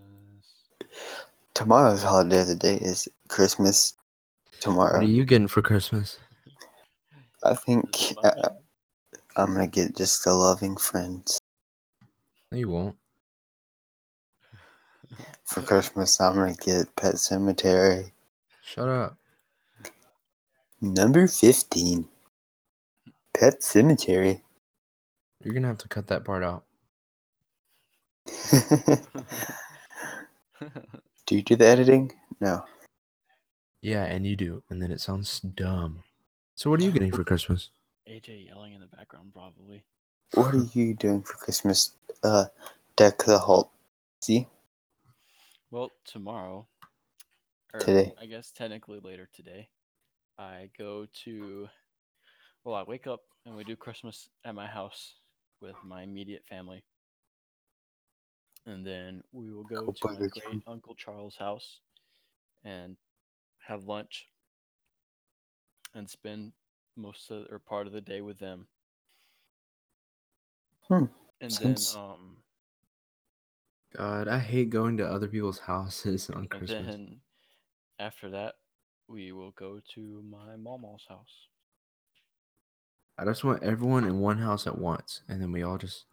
Speaker 2: Tomorrow's holiday of the day is Christmas.
Speaker 3: what
Speaker 2: Tomorrow,
Speaker 3: are you getting for Christmas?
Speaker 2: I think uh,
Speaker 1: Is it
Speaker 2: I,
Speaker 1: Monday? [LAUGHS]
Speaker 2: I'm gonna get just a loving friend
Speaker 3: No, you won't.
Speaker 2: for Christmas. I'm gonna get Pet Cemetery
Speaker 3: Shut up.
Speaker 2: number fifteen. Pet Cemetery. [LAUGHS]
Speaker 3: You're gonna have to cut that part out.
Speaker 2: do you do the editing? No.
Speaker 3: Yeah, and you do, and then it sounds dumb. So what are you getting for Christmas?
Speaker 1: AJ yelling in the background, probably.
Speaker 2: What are you doing for Christmas? Uh, deck the halt. See.
Speaker 1: Well, tomorrow, or
Speaker 2: Today.
Speaker 1: I guess technically later today, I go to. Well, I wake up and we do Christmas at my house with my immediate family, and then we will go
Speaker 2: Go
Speaker 1: to my
Speaker 2: Burger
Speaker 1: great
Speaker 2: King.
Speaker 1: uncle Charles' house and have lunch and spend most of or part of the day with them.
Speaker 2: Hmm,
Speaker 1: And
Speaker 2: sounds-
Speaker 1: then um
Speaker 3: God, I hate going to other people's houses [LAUGHS] on
Speaker 1: And
Speaker 3: Christmas.
Speaker 1: then after that, we will go to my mom's
Speaker 2: [LAUGHS]
Speaker 1: house. [LAUGHS]
Speaker 3: I just want everyone in one house at once, and then we all just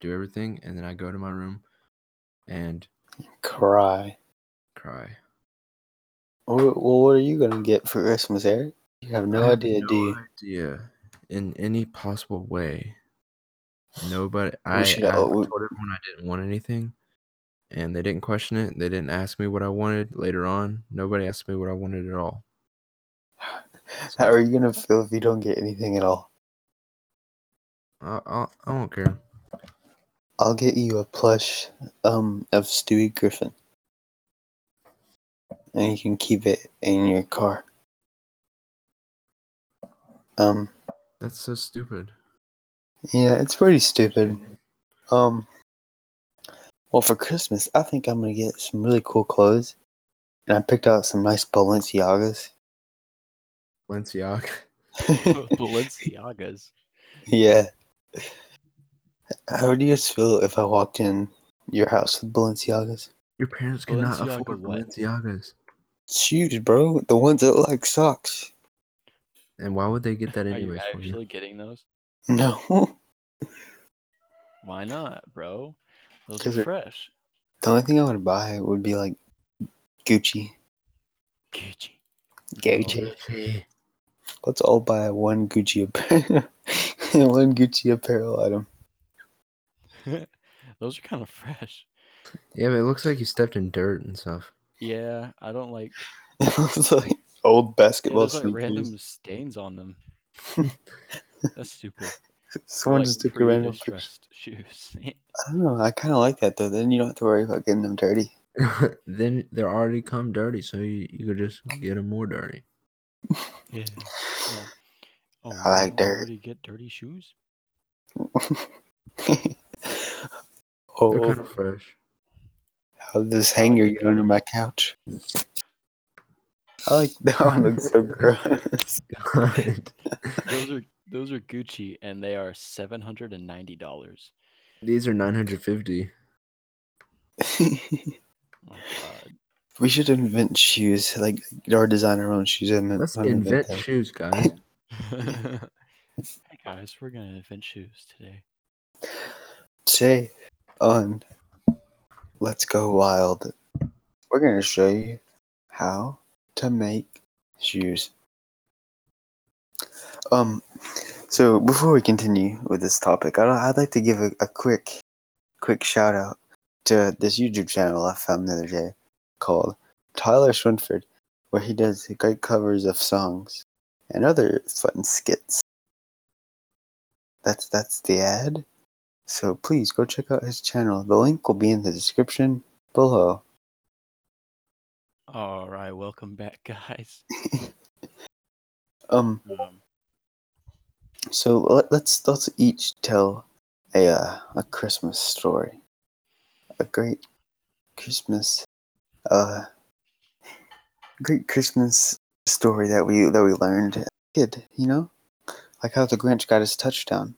Speaker 3: do everything, and then I go to my room and
Speaker 2: Cry.
Speaker 3: cry.
Speaker 2: Well, well, what are you gonna get for Christmas, Eric? You have no
Speaker 3: I have
Speaker 2: idea, do you?
Speaker 3: idea in any possible way. Nobody. I,
Speaker 2: should-
Speaker 3: I
Speaker 2: oh,
Speaker 3: told
Speaker 2: we-
Speaker 3: everyone I didn't want anything, and they didn't question it. They didn't ask me what I wanted later on. Nobody asked me what I wanted at all.
Speaker 2: How are you gonna feel if you don't get anything at all?
Speaker 3: I, I, I don't care.
Speaker 2: I'll get you a plush um of Stewie Griffin. And you can keep it in your car. Um
Speaker 3: That's so stupid.
Speaker 2: yeah, it's pretty stupid. Um well for Christmas I think I'm gonna get some really cool clothes. And I picked out some nice Balenciagas. [LAUGHS]
Speaker 3: Balenciaga. [LAUGHS]
Speaker 1: Balenciagas.
Speaker 2: Yeah. How would you guys feel if I walked in your house with Balenciagas?
Speaker 3: Your parents cannot afford
Speaker 1: Balenciaga what?
Speaker 3: Balenciagas.
Speaker 2: It's huge, bro. The ones that look like socks.
Speaker 3: And why would they get that
Speaker 1: Are you
Speaker 3: anyways? for you?
Speaker 1: actually getting those?
Speaker 2: No. [LAUGHS]
Speaker 1: Why not, bro? Those
Speaker 2: 'Cause
Speaker 1: are
Speaker 2: it-
Speaker 1: fresh.
Speaker 2: The only thing I would buy would be like Gucci.
Speaker 1: Gucci. [LAUGHS]
Speaker 2: Gucci.
Speaker 3: Okay.
Speaker 2: Let's all buy one Gucci [LAUGHS] apparel. one Gucci apparel item. [LAUGHS]
Speaker 1: those are kind of fresh.
Speaker 3: Yeah, but it looks like you stepped in dirt and stuff. [LAUGHS]
Speaker 1: Yeah, I don't like.
Speaker 2: it's like old
Speaker 1: Yeah,
Speaker 2: basketball
Speaker 1: there's like
Speaker 2: sneakers.
Speaker 1: random stains on them. That's
Speaker 2: [LAUGHS]
Speaker 1: stupid.
Speaker 2: [LAUGHS] Someone
Speaker 1: Like,
Speaker 2: just took a
Speaker 1: pretty
Speaker 2: random.
Speaker 1: distressed [LAUGHS] shoes.
Speaker 2: I don't know. I kind of like that though. Then you don't have to worry about getting them dirty.
Speaker 3: then they're already come dirty, so you, you could just get them more dirty.
Speaker 1: yeah. yeah. Oh,
Speaker 2: I like
Speaker 1: you
Speaker 2: dirt.
Speaker 1: already get dirty shoes.
Speaker 3: They're
Speaker 2: oh,
Speaker 3: kind of fresh.
Speaker 2: how did this hanger get under my couch? I like that one. Looks so gross.
Speaker 3: God.
Speaker 1: those are those are Gucci, and they are seven hundred and ninety dollars.
Speaker 3: [LAUGHS] These are 950.
Speaker 1: Oh, God.
Speaker 2: [LAUGHS] we should invent shoes. Like or design our own shoes. And
Speaker 3: Let's
Speaker 2: and
Speaker 3: invent
Speaker 2: them.
Speaker 3: shoes, guys.
Speaker 1: [LAUGHS] hey guys, we're gonna invent shoes today.
Speaker 2: Today on Let's Go Wild, we're going to show you how to make shoes. Um, so before we continue with this topic, I'd, I'd like to give a, a quick, quick shout out to this YouTube channel I found the other day called Tyler Swinford, where he does great covers of songs and other fun skits. That's that's the ad. So please go check out his channel. The link will be in the description below.
Speaker 1: All right, welcome back, guys.
Speaker 2: Um,
Speaker 1: Um,
Speaker 2: so let, let's let's each tell a uh, a Christmas story, a great Christmas, uh, great Christmas story that we that we learned as a kid. You know, like how the Grinch got his
Speaker 3: [LAUGHS]
Speaker 2: touchdown.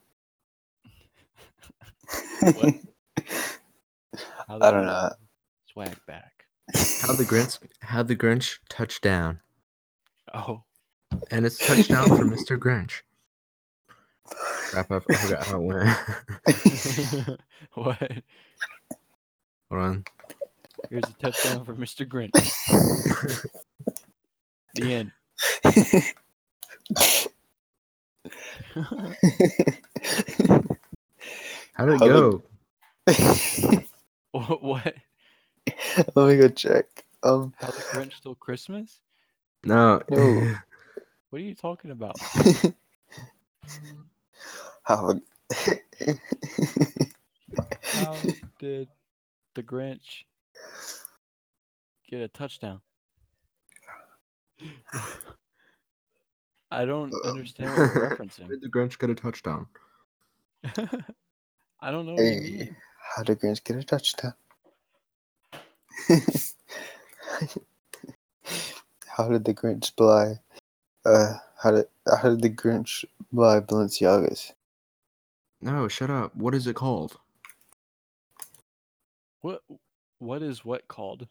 Speaker 1: What? how
Speaker 2: I
Speaker 1: the
Speaker 2: don't know.
Speaker 1: Swag back.
Speaker 3: How the Grinch how the Grinch touched down.
Speaker 1: Oh, [LAUGHS]
Speaker 3: And it's touchdown for Mr. Grinch. Crap, I, I forgot how it went. [LAUGHS]
Speaker 2: [LAUGHS]
Speaker 1: what?
Speaker 3: Hold on.
Speaker 1: Here's a touchdown for Mr. Grinch.
Speaker 2: [LAUGHS]
Speaker 1: The end. [LAUGHS]
Speaker 3: How'd it
Speaker 2: How the-
Speaker 3: go?
Speaker 1: Wha- what?
Speaker 2: Let me go check. Um, [LAUGHS]
Speaker 1: How the Grinch stole Christmas?
Speaker 3: No. [LAUGHS]
Speaker 2: No.
Speaker 1: What are you talking about?
Speaker 2: how? [LAUGHS]
Speaker 1: How did the Grinch get a touchdown? I don't
Speaker 2: Um,
Speaker 1: understand what you're
Speaker 2: [LAUGHS]
Speaker 1: referencing.
Speaker 3: Did the Grinch get a touchdown?
Speaker 1: [LAUGHS] I don't know what you
Speaker 2: Hey.
Speaker 1: mean.
Speaker 2: How did Grinch get a touchdown? [LAUGHS] how did the Grinch buy? Uh, how did how did the Grinch buy Balenciagas?
Speaker 3: No, shut up. What is it called?
Speaker 1: What what is what called?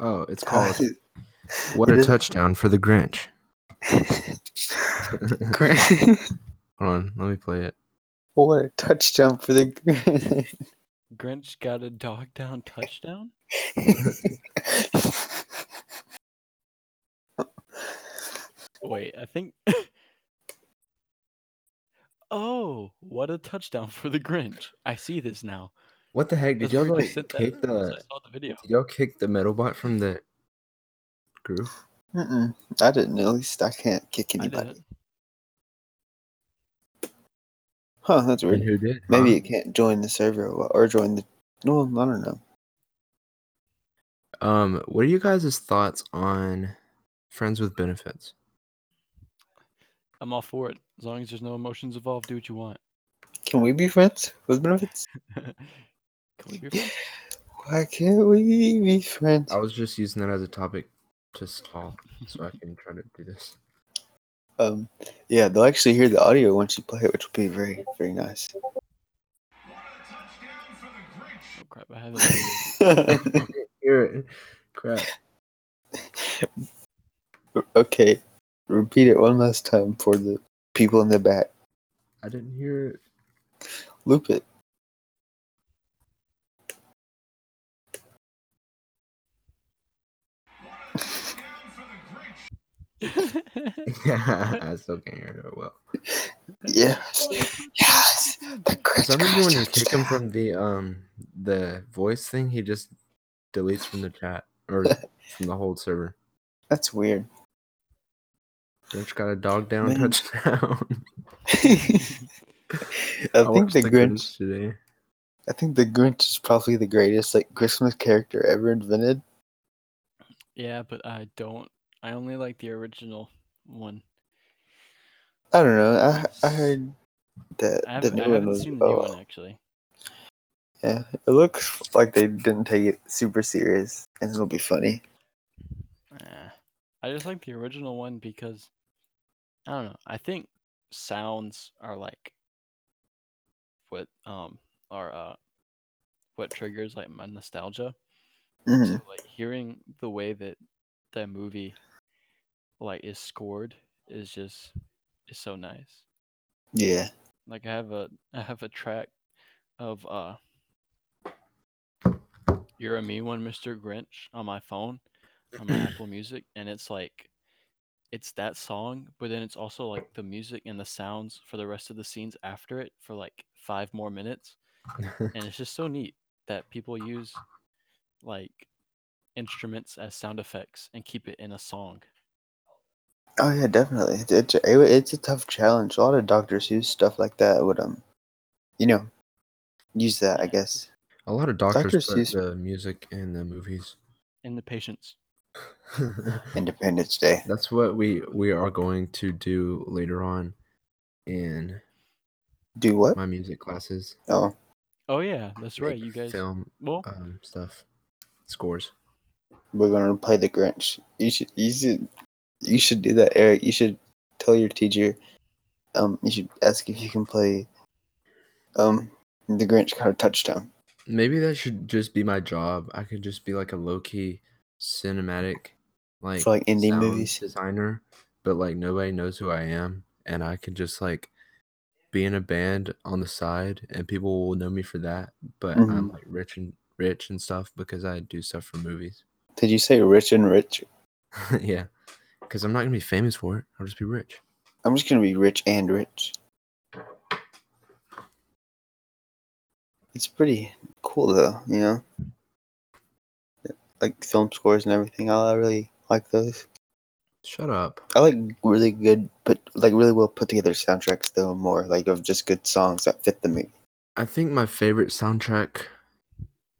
Speaker 3: Oh, it's called
Speaker 2: [LAUGHS]
Speaker 3: What
Speaker 2: It
Speaker 3: a
Speaker 2: is-
Speaker 3: Touchdown for the [LAUGHS] Grinch.
Speaker 2: Grinch.
Speaker 3: Hold on, let me play it.
Speaker 2: [LAUGHS] what a touchdown for the Grinch!
Speaker 1: Grinch got a dog down touchdown? Wait, I think [LAUGHS] Oh, what a touchdown for the Grinch. I see this now.
Speaker 3: What the heck?
Speaker 1: That's
Speaker 3: Did y'all
Speaker 1: where you
Speaker 3: like
Speaker 1: sent that
Speaker 3: kick
Speaker 1: because I
Speaker 3: the
Speaker 1: saw the video.
Speaker 3: did y'all kick the metal bot from the group?
Speaker 2: Mm-mm, I didn't. At least I can't kick
Speaker 1: I
Speaker 2: anybody.
Speaker 1: didn't.
Speaker 2: Huh? That's
Speaker 3: And
Speaker 2: weird.
Speaker 3: who did?
Speaker 2: Maybe
Speaker 3: Huh?
Speaker 2: it can't join the server or or join the. No, I don't know.
Speaker 3: Um, what are you guys' thoughts on friends with benefits?
Speaker 1: I'm all for it. As long as there's no emotions involved, do what you want. [LAUGHS]
Speaker 2: Can we be friends with benefits?
Speaker 1: Can we be friends?
Speaker 2: Why can't we be friends?
Speaker 3: I was just using that as a topic to stall so I can try to do this. [LAUGHS]
Speaker 2: Um, yeah, they'll actually hear the audio once you play it, which will be very, very nice. [LAUGHS]
Speaker 1: Oh crap, I have it.
Speaker 3: Hear it. Crap.
Speaker 2: okay, repeat it one last time for the people in the back.
Speaker 3: I didn't hear it. [LAUGHS]
Speaker 2: Loop it.
Speaker 3: Yeah, I still can't hear it oh well.
Speaker 2: Yes.
Speaker 3: [LAUGHS]
Speaker 2: Yes. The Grinch
Speaker 3: Does that mean
Speaker 2: got
Speaker 3: when
Speaker 2: a
Speaker 3: you kick him
Speaker 2: touchdown.
Speaker 3: from the um the voice thing, he just deletes from the chat
Speaker 2: [LAUGHS]
Speaker 3: or from the whole server?
Speaker 2: That's weird.
Speaker 3: Grinch got a dog down
Speaker 2: Man.
Speaker 3: touchdown.
Speaker 2: I think
Speaker 3: watched [LAUGHS]
Speaker 2: the Grinch.
Speaker 3: today. [LAUGHS]
Speaker 2: I think the Grinch is probably the greatest like Christmas character ever invented.
Speaker 1: yeah, but I don't. I only like the original one.
Speaker 2: I don't know. I I heard that
Speaker 1: I
Speaker 2: the
Speaker 1: haven't, I
Speaker 2: new one
Speaker 1: haven't
Speaker 2: was
Speaker 1: seen the new
Speaker 2: oh,
Speaker 1: one actually.
Speaker 2: Yeah, it looks like they didn't take it super serious, and it'll be funny.
Speaker 1: Eh, I just like the original one because I don't know. I think sounds are like what um are uh what triggers like my nostalgia.
Speaker 2: Mhm.
Speaker 1: So like hearing the way that that movie like is scored is just is so nice.
Speaker 2: Yeah,
Speaker 1: Like I have a [LAUGHS] I have a track of uh You're a Mean One, Mr. Grinch on my phone on my Apple Music and it's like it's that song, but then it's also like the music and the sounds for the rest of the scenes after it for like five more minutes. And it's just so neat. that people use like instruments as sound effects and keep it in a song.
Speaker 2: Oh yeah, definitely. It's it's a, it's a tough challenge. A lot of doctors use stuff like that. Would um, you know, use that. I guess.
Speaker 3: A lot of doctors
Speaker 2: Doctors
Speaker 3: put
Speaker 2: use-
Speaker 3: the music in the movies. [LAUGHS]
Speaker 1: In the patients.
Speaker 2: Independence Day.
Speaker 3: That's what we we are going to do later on in
Speaker 2: Do what?
Speaker 3: my music classes.
Speaker 2: Oh,
Speaker 1: Oh yeah, that's right.
Speaker 3: Like
Speaker 1: You guys.
Speaker 3: film
Speaker 1: Well,
Speaker 3: um, stuff scores.
Speaker 2: we're gonna play the Grinch. You should. You should. You should do that, Eric. You should tell your teacher. Um, you should ask if you can play. Um, the Grinch caught a touchdown.
Speaker 3: Maybe that should just be my job. I could just be like a low key cinematic, like
Speaker 2: For, like, indie
Speaker 3: sound
Speaker 2: movies?
Speaker 3: designer, but like nobody knows who I am, and I could just like be in a band on the side, and people will know me for that. But I'm
Speaker 2: Mhm.
Speaker 3: like rich and rich and stuff because I do stuff for movies. [LAUGHS]
Speaker 2: Did you say rich and rich?
Speaker 3: yeah, because I'm not gonna be famous for it. I'll just be rich.
Speaker 2: I'm just gonna be rich and rich. It's pretty cool though, you know. Like film scores and everything. I really like those.
Speaker 3: Shut up.
Speaker 2: I like really good, but like really well put together soundtracks though. More like of just good songs that fit the movie.
Speaker 3: I think my favorite soundtrack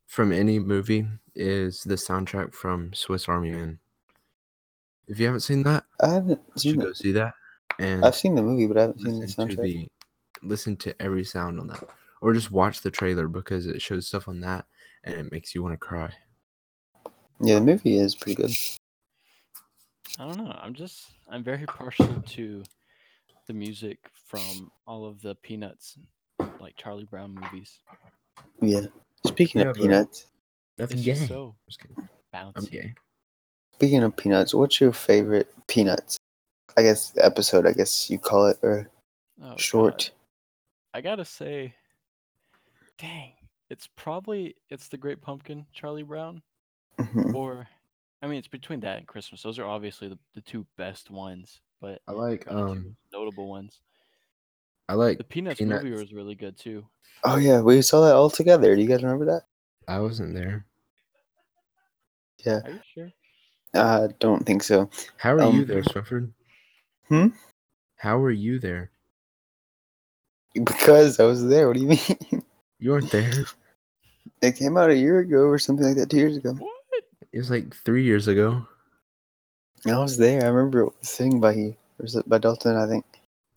Speaker 3: from any movie is the soundtrack from Swiss Army Man. If you haven't seen that,
Speaker 2: I haven't
Speaker 3: you should
Speaker 2: seen
Speaker 3: go
Speaker 2: it.
Speaker 3: see that and
Speaker 2: I've seen the movie, but I haven't seen the
Speaker 3: listen to
Speaker 2: soundtrack.
Speaker 3: the listen to every sound on that, or just watch the trailer because it shows stuff on that and it makes you want to cry.
Speaker 2: Yeah, the movie is pretty good.
Speaker 1: I don't know. I'm just. I'm very partial to the music from all of the Peanuts, like Charlie Brown movies.
Speaker 3: Oh,
Speaker 2: Yeah. Speaking
Speaker 3: Yeah,
Speaker 2: of
Speaker 3: but-
Speaker 2: peanuts,
Speaker 3: Nothing
Speaker 1: It's
Speaker 3: gay.
Speaker 1: just so
Speaker 3: Just kidding. I'm
Speaker 1: bouncy.
Speaker 3: gay.
Speaker 2: speaking of peanuts, what's your favorite peanuts? I guess episode. I guess you call it or
Speaker 1: Oh,
Speaker 2: short.
Speaker 1: God. I gotta say, dang, it's probably it's the Great Pumpkin, Charlie Brown,
Speaker 2: Mhm.
Speaker 3: Mm.
Speaker 1: or I mean, it's between that and Christmas. Those are obviously the, the two best ones, but
Speaker 3: I like
Speaker 1: the two
Speaker 3: um
Speaker 1: notable ones.
Speaker 3: I like
Speaker 1: The Peanuts, movie
Speaker 3: Peanuts.
Speaker 1: was really good too.
Speaker 2: Oh yeah, we saw that all together. Do you guys remember that?
Speaker 3: I wasn't there.
Speaker 1: Are you sure?
Speaker 2: I don't think so. [LAUGHS]
Speaker 3: How are you
Speaker 2: Um,
Speaker 3: there, Swinford?
Speaker 2: Hmm?
Speaker 3: How are you there?
Speaker 2: Because I was there. What do you mean? [LAUGHS]
Speaker 3: You weren't there.
Speaker 2: It came out a year ago or something like that, two years
Speaker 3: Mm.
Speaker 2: ago.
Speaker 1: What?
Speaker 3: It was like three years ago.
Speaker 2: I was there. I remember sitting by you, or was it by Dalton, I think.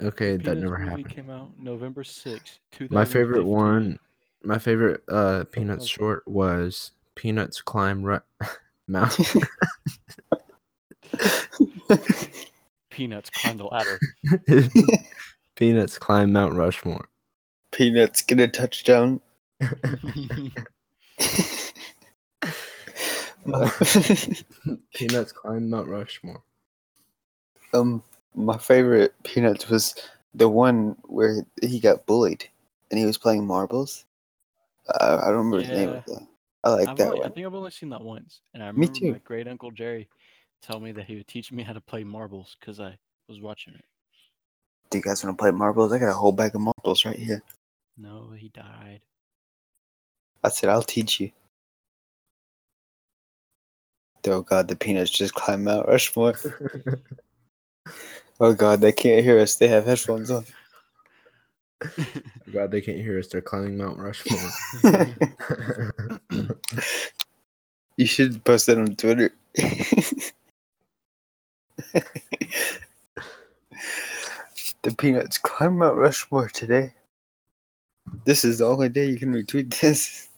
Speaker 3: Okay, that
Speaker 1: Peanuts
Speaker 3: never
Speaker 1: movie
Speaker 3: happened.
Speaker 1: Came out November sixth, two.
Speaker 3: My favorite one, my favorite uh Peanuts short was Peanuts climb Ru- [LAUGHS]
Speaker 1: [LAUGHS]
Speaker 3: mountain.
Speaker 1: Peanuts climb the ladder.
Speaker 3: Peanuts climb
Speaker 1: [LAUGHS]
Speaker 3: Mount Rushmore.
Speaker 2: [LAUGHS] Peanuts get a [LAUGHS] touchdown.
Speaker 3: [LAUGHS] Peanuts climb Mount
Speaker 1: [LAUGHS]
Speaker 3: Rushmore.
Speaker 2: [LAUGHS] um, my favorite Peanuts was the one where he got bullied, and he was playing marbles. Uh, I don't remember the name of that. I like
Speaker 1: I've
Speaker 2: that
Speaker 1: only- I
Speaker 2: one.
Speaker 1: think I've only seen that once, and I
Speaker 2: Me
Speaker 1: remember
Speaker 2: too.
Speaker 1: my great uncle Jerry tell me that he would teach me how to play marbles because I was watching it.
Speaker 2: Do you guys want to play marbles? I got a whole bag of marbles right here.
Speaker 1: No, he
Speaker 2: [LAUGHS]
Speaker 1: died.
Speaker 2: I said, I'll teach you. Oh god, the peanuts just climbed Mount Rushmore. Oh god, they can't hear us. They have headphones on.
Speaker 3: God, they can't hear us. They're climbing Mount
Speaker 1: [LAUGHS]
Speaker 3: Rushmore.
Speaker 2: you should post that on Twitter. [LAUGHS] the peanuts climbed Mount Rushmore today. This is the only day you can retweet this.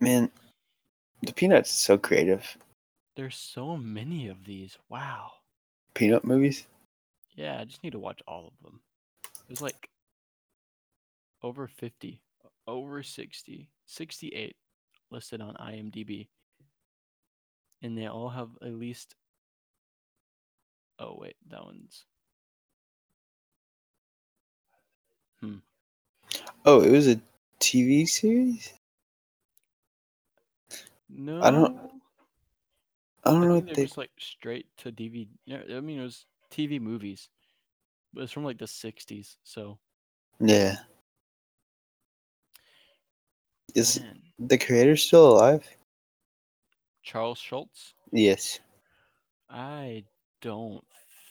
Speaker 2: Man, the peanuts is so creative.
Speaker 1: There's so many of these. Wow.
Speaker 2: Peanut movies?
Speaker 1: Yeah, I just need to watch all of them. There's like over 50, over 60, 68 listed on IMDb. And they all have at least. Oh, wait, that one's.
Speaker 2: Oh, it was a TV series?
Speaker 1: No.
Speaker 2: don't- I
Speaker 1: I
Speaker 2: don't know
Speaker 1: think
Speaker 2: what
Speaker 1: they're
Speaker 2: they.
Speaker 1: just like straight to DVD. yeah, I mean, it was TV movies, but it's from like the 60s. So
Speaker 2: Yeah. Is
Speaker 1: Man.
Speaker 2: the creator still alive?
Speaker 1: Charles Schultz?
Speaker 2: Yes.
Speaker 1: I don't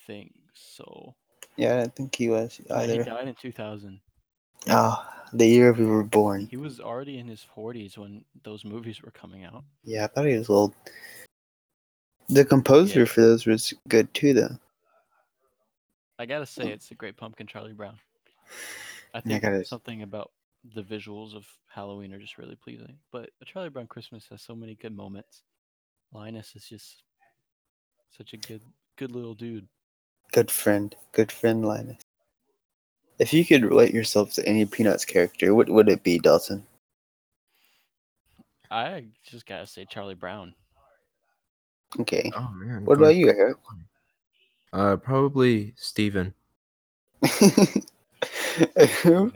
Speaker 1: think so.
Speaker 2: Yeah, I don't think he was
Speaker 1: Uh, He
Speaker 2: either.
Speaker 1: died in 2000.
Speaker 2: Oh, the year we were born.
Speaker 1: He was already in his 40s when those movies were coming out.
Speaker 2: Yeah, I thought he was old. The composer
Speaker 1: Yeah.
Speaker 2: for those was good too, though.
Speaker 1: I gotta say, it's a great pumpkin, Charlie Brown. I
Speaker 2: Mm. Yeah, I
Speaker 1: think
Speaker 2: gotta-
Speaker 1: something about the visuals of Halloween are just really pleasing. But a Charlie Brown Christmas has so many good moments. Linus is just such a good, good little dude.
Speaker 2: Good friend, good friend Linus. If you could relate yourself to any Peanuts character, what would it be, Dalton?
Speaker 1: I just gotta say, Charlie Brown. [LAUGHS]
Speaker 2: Okay.
Speaker 1: Um,
Speaker 3: Oh man.
Speaker 2: What
Speaker 3: go
Speaker 2: about
Speaker 3: ahead.
Speaker 1: [LAUGHS]
Speaker 2: you, Eric? [LAUGHS]
Speaker 3: Uh, probably Steven.
Speaker 2: Who?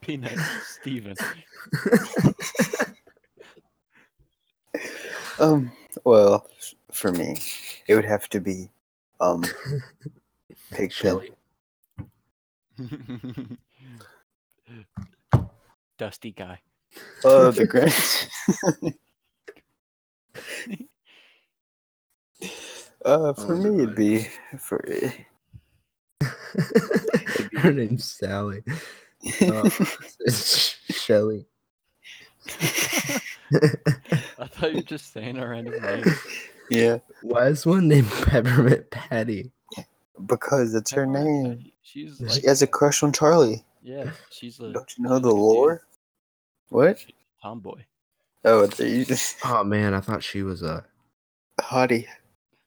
Speaker 1: Peanut Steven.
Speaker 2: [LAUGHS] um. Well, for me, it would have to be, um, Pigpen.
Speaker 3: Shelley.
Speaker 1: Dusty guy.
Speaker 2: [LAUGHS] Oh, the Grinch. uh, for
Speaker 3: Oh,
Speaker 2: me,
Speaker 3: my.
Speaker 2: it'd be for. [LAUGHS]
Speaker 3: [LAUGHS] Her name's Sally.
Speaker 2: Uh,
Speaker 3: Oh. [LAUGHS] It's Shelly. [LAUGHS]
Speaker 1: I thought you were just saying a
Speaker 2: [LAUGHS]
Speaker 1: random name.
Speaker 2: yeah,
Speaker 3: Why is one named Peppermint Patty?
Speaker 2: because that's her name.
Speaker 1: She's
Speaker 2: She
Speaker 1: like,
Speaker 2: has a crush on Charlie.
Speaker 1: yeah, she's a
Speaker 2: Don't you know the lore? What?
Speaker 1: she's a tomboy.
Speaker 2: Oh, it's a- you just
Speaker 3: Oh man, I thought she was a
Speaker 2: [LAUGHS] hottie.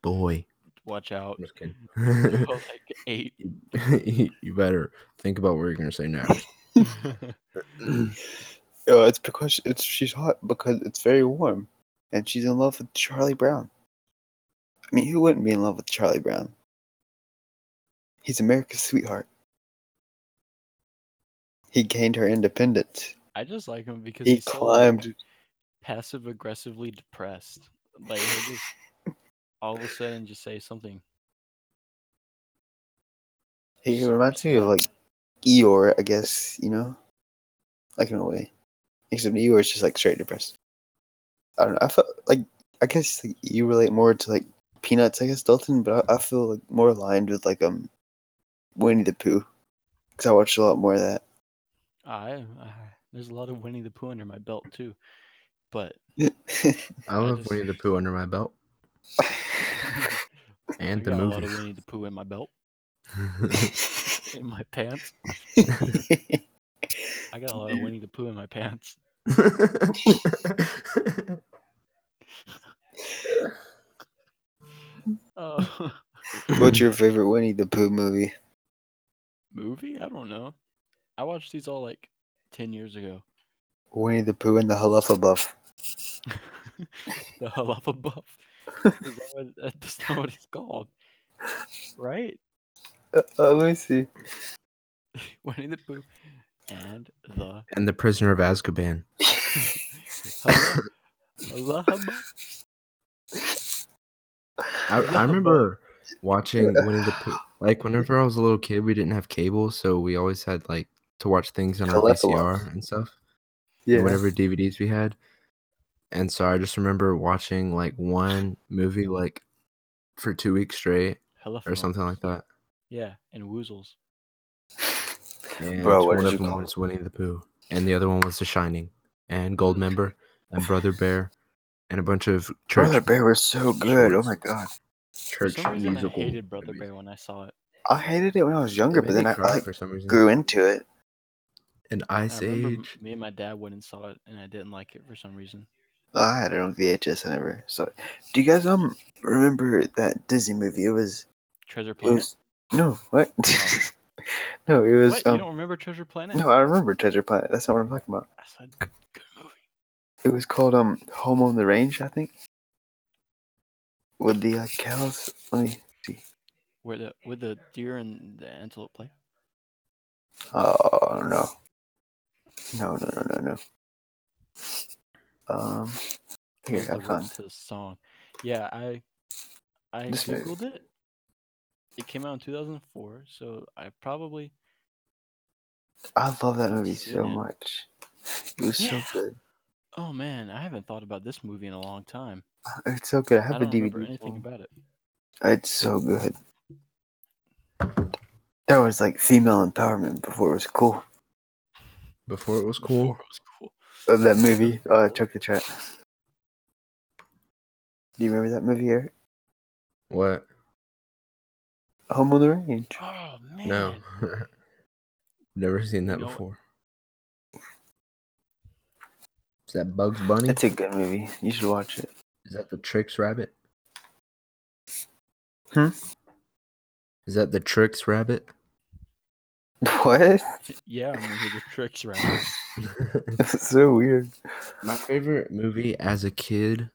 Speaker 3: boy.
Speaker 1: Watch out.
Speaker 3: I'm just kidding.
Speaker 1: You're like eight.
Speaker 3: you [LAUGHS] you better think about what you're gonna say now.
Speaker 1: [LAUGHS]
Speaker 2: Oh, it's because it's she's hot because it's very warm, and she's in love with Charlie Brown. I mean, who wouldn't be in love with Charlie Brown? He's America's sweetheart. He gained her independence.
Speaker 1: I just like him because
Speaker 2: He
Speaker 1: he's so, like,
Speaker 2: climbed.
Speaker 1: passive aggressively depressed. Like he'll just all of a sudden just say something.
Speaker 2: He reminds me of like Eeyore, I guess, you know? Like in a way. Except Eeyore is just like straight depressed. I don't know. I felt like, I guess like, you relate more to like Peanuts, I guess, Dalton, but I, I feel like more aligned with like um Winnie the Pooh. Because I watched a lot more of
Speaker 3: [LAUGHS]
Speaker 2: that.
Speaker 1: I, I there's a lot of Winnie the Pooh under my belt too, but
Speaker 3: I love
Speaker 1: just-
Speaker 3: Winnie the Pooh under my belt and
Speaker 1: I
Speaker 3: the
Speaker 1: got a lot of
Speaker 3: movie.
Speaker 1: Winnie the Pooh in my belt, in my pants. I got a lot of Winnie the Pooh in my
Speaker 2: [LAUGHS]
Speaker 1: pants. Oh,
Speaker 2: What's your favorite Winnie the Pooh movie?
Speaker 1: movie? I don't know. I watched these all like ten years ago. [LAUGHS]
Speaker 2: Winnie the Pooh and the Hufflepuff.
Speaker 1: the Hufflepuff. Is that what, that's not what it's called, right?
Speaker 2: Uh, uh, let me see.
Speaker 1: Winnie the Pooh and
Speaker 3: [LAUGHS]
Speaker 1: the
Speaker 3: [LAUGHS] and the Prisoner of Azkaban?
Speaker 1: Hubba- Hubba Hubba.
Speaker 3: I, I remember
Speaker 1: [LAUGHS]
Speaker 3: watching Winnie the Pooh. Like whenever I was a little kid, we didn't have cable, so we always had like to watch things on our
Speaker 2: Telephone.
Speaker 3: VCR and stuff.
Speaker 2: Yeah.
Speaker 3: whatever DVDs we had. And so I just remember watching like one movie like for two weeks straight
Speaker 1: Hella
Speaker 3: or
Speaker 2: Mm-hmm.
Speaker 1: fun.
Speaker 3: something like that.
Speaker 1: Yeah, and Woozles.
Speaker 3: And
Speaker 2: Bro, what
Speaker 3: one
Speaker 2: did
Speaker 3: of
Speaker 2: you
Speaker 3: them
Speaker 2: call
Speaker 3: was Winnie the Pooh, and the other one was The Shining, and
Speaker 2: [LAUGHS]
Speaker 3: Gold Member, and Brother Bear, and a bunch of church
Speaker 2: Brother Bear was so good. Oh my god.
Speaker 1: For
Speaker 3: church
Speaker 1: some reason, I
Speaker 3: musical.
Speaker 1: hated Brother
Speaker 3: movies.
Speaker 1: Bear when I saw it.
Speaker 2: I hated it when I was
Speaker 3: They
Speaker 2: younger,
Speaker 3: made
Speaker 2: but then
Speaker 3: me
Speaker 2: I, I
Speaker 3: cry
Speaker 2: like,
Speaker 3: for some reason.
Speaker 2: grew into it.
Speaker 3: And
Speaker 1: I
Speaker 3: Ice
Speaker 1: remember m-
Speaker 3: Age.
Speaker 1: me and my dad went and saw it, and I didn't like it for some reason.
Speaker 2: I had it on VHS. I never saw it. Do you guys um remember that Disney movie? It was
Speaker 1: Treasure
Speaker 2: it
Speaker 1: Planet.
Speaker 2: was no what? [LAUGHS] no, it was
Speaker 1: What? you
Speaker 2: um
Speaker 1: don't remember Treasure Planet?
Speaker 2: no. I remember Treasure Planet. That's not what I'm talking about.
Speaker 1: I said good movie.
Speaker 2: It was called um Home on the Range, I think. With the uh, cows. Let me.
Speaker 1: Where the with the deer and the antelope play.
Speaker 2: Oh no. No no no no no. Um. Here,
Speaker 1: What's
Speaker 2: I
Speaker 1: the
Speaker 2: found.
Speaker 1: words to the song. Yeah, I I
Speaker 2: This movie.
Speaker 1: googled it. It came out in 2004, so I probably
Speaker 2: I love that movie
Speaker 1: Yes,
Speaker 2: so
Speaker 1: yeah.
Speaker 2: much. It was
Speaker 1: Yeah.
Speaker 2: so good.
Speaker 1: Oh man, I haven't thought about this movie in a long time.
Speaker 2: It's so good. I
Speaker 1: I,
Speaker 2: have a
Speaker 1: don't remember
Speaker 2: DVD.
Speaker 1: anything
Speaker 2: film.
Speaker 1: about it.
Speaker 2: It's so good. There was like female empowerment before it was cool.
Speaker 3: Before it was cool.
Speaker 1: Before it was cool.
Speaker 2: Of that movie, oh, I took the chat. Do you remember that movie, Eric?
Speaker 3: What?
Speaker 2: Home on the Range.
Speaker 1: Oh man.
Speaker 3: No. [LAUGHS] Never seen that
Speaker 1: You know what?
Speaker 3: before. Is that Bugs Bunny?
Speaker 2: That's a good movie. You should watch it. [LAUGHS]
Speaker 3: Is that the Tricks Rabbit?
Speaker 2: Hmm?
Speaker 3: Is that the
Speaker 2: [LAUGHS]
Speaker 3: Tricks Rabbit?
Speaker 2: What? [LAUGHS]
Speaker 1: Yeah, I'm gonna hear the tricks right.
Speaker 2: That's so weird.
Speaker 3: My favorite movie as a kid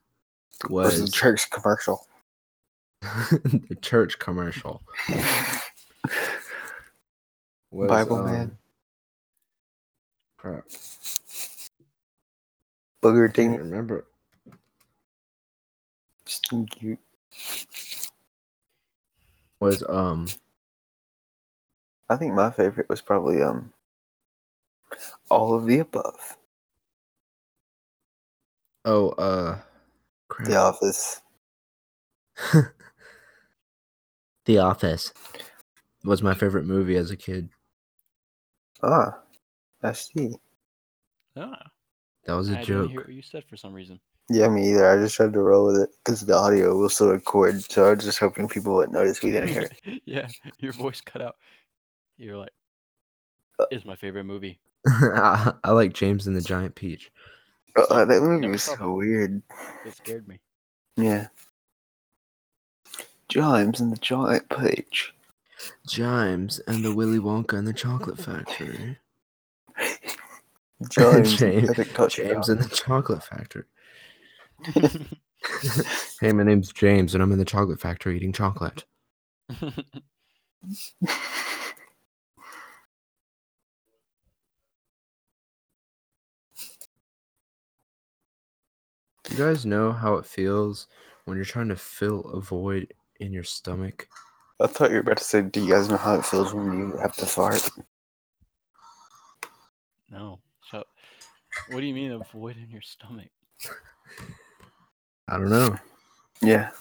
Speaker 2: Was the
Speaker 3: was
Speaker 2: church commercial? [LAUGHS]
Speaker 3: [LAUGHS] the church commercial. Was, um,
Speaker 2: Bible Man.
Speaker 3: Crap.
Speaker 2: Booger
Speaker 3: I can't
Speaker 2: thing.
Speaker 3: remember.
Speaker 2: Just think you-
Speaker 3: Was um
Speaker 2: I think my favorite was probably um all of the above.
Speaker 3: oh uh crap.
Speaker 2: The Office.
Speaker 3: The Office was my favorite movie as a kid.
Speaker 2: Ah, I see.
Speaker 1: Ah,
Speaker 3: That was a
Speaker 1: I didn't
Speaker 3: joke.
Speaker 1: hear what you said for some reason.
Speaker 2: Yeah, me either. I just tried to roll with it because the audio will still record, so I was just hoping people wouldn't notice we didn't hear
Speaker 3: [LAUGHS]
Speaker 2: it.
Speaker 1: [LAUGHS] yeah, your voice cut out. You're like, "Is my favorite movie."
Speaker 3: [LAUGHS] I, I like James and the Giant Peach.
Speaker 2: Uh, that movie
Speaker 1: Never
Speaker 2: was
Speaker 1: saw
Speaker 2: so weird.
Speaker 1: It scared me. [LAUGHS]
Speaker 2: Yeah. Gimes and the Giant
Speaker 3: [LAUGHS]
Speaker 2: Peach.
Speaker 3: James and the Willy Wonka and the Chocolate Factory.
Speaker 2: Gimes.
Speaker 3: James-
Speaker 2: I think touch
Speaker 3: James
Speaker 2: James.
Speaker 3: and the Chocolate Factory. hey, my name's James, and I'm in the chocolate factory eating chocolate. You guys know how it feels when you're trying to fill a void in your stomach?
Speaker 2: I thought you were about to say, "Do you guys know how it feels when you have to fart?"
Speaker 1: no. So, what do you mean a void in your stomach?
Speaker 3: I don't know.
Speaker 2: Yeah.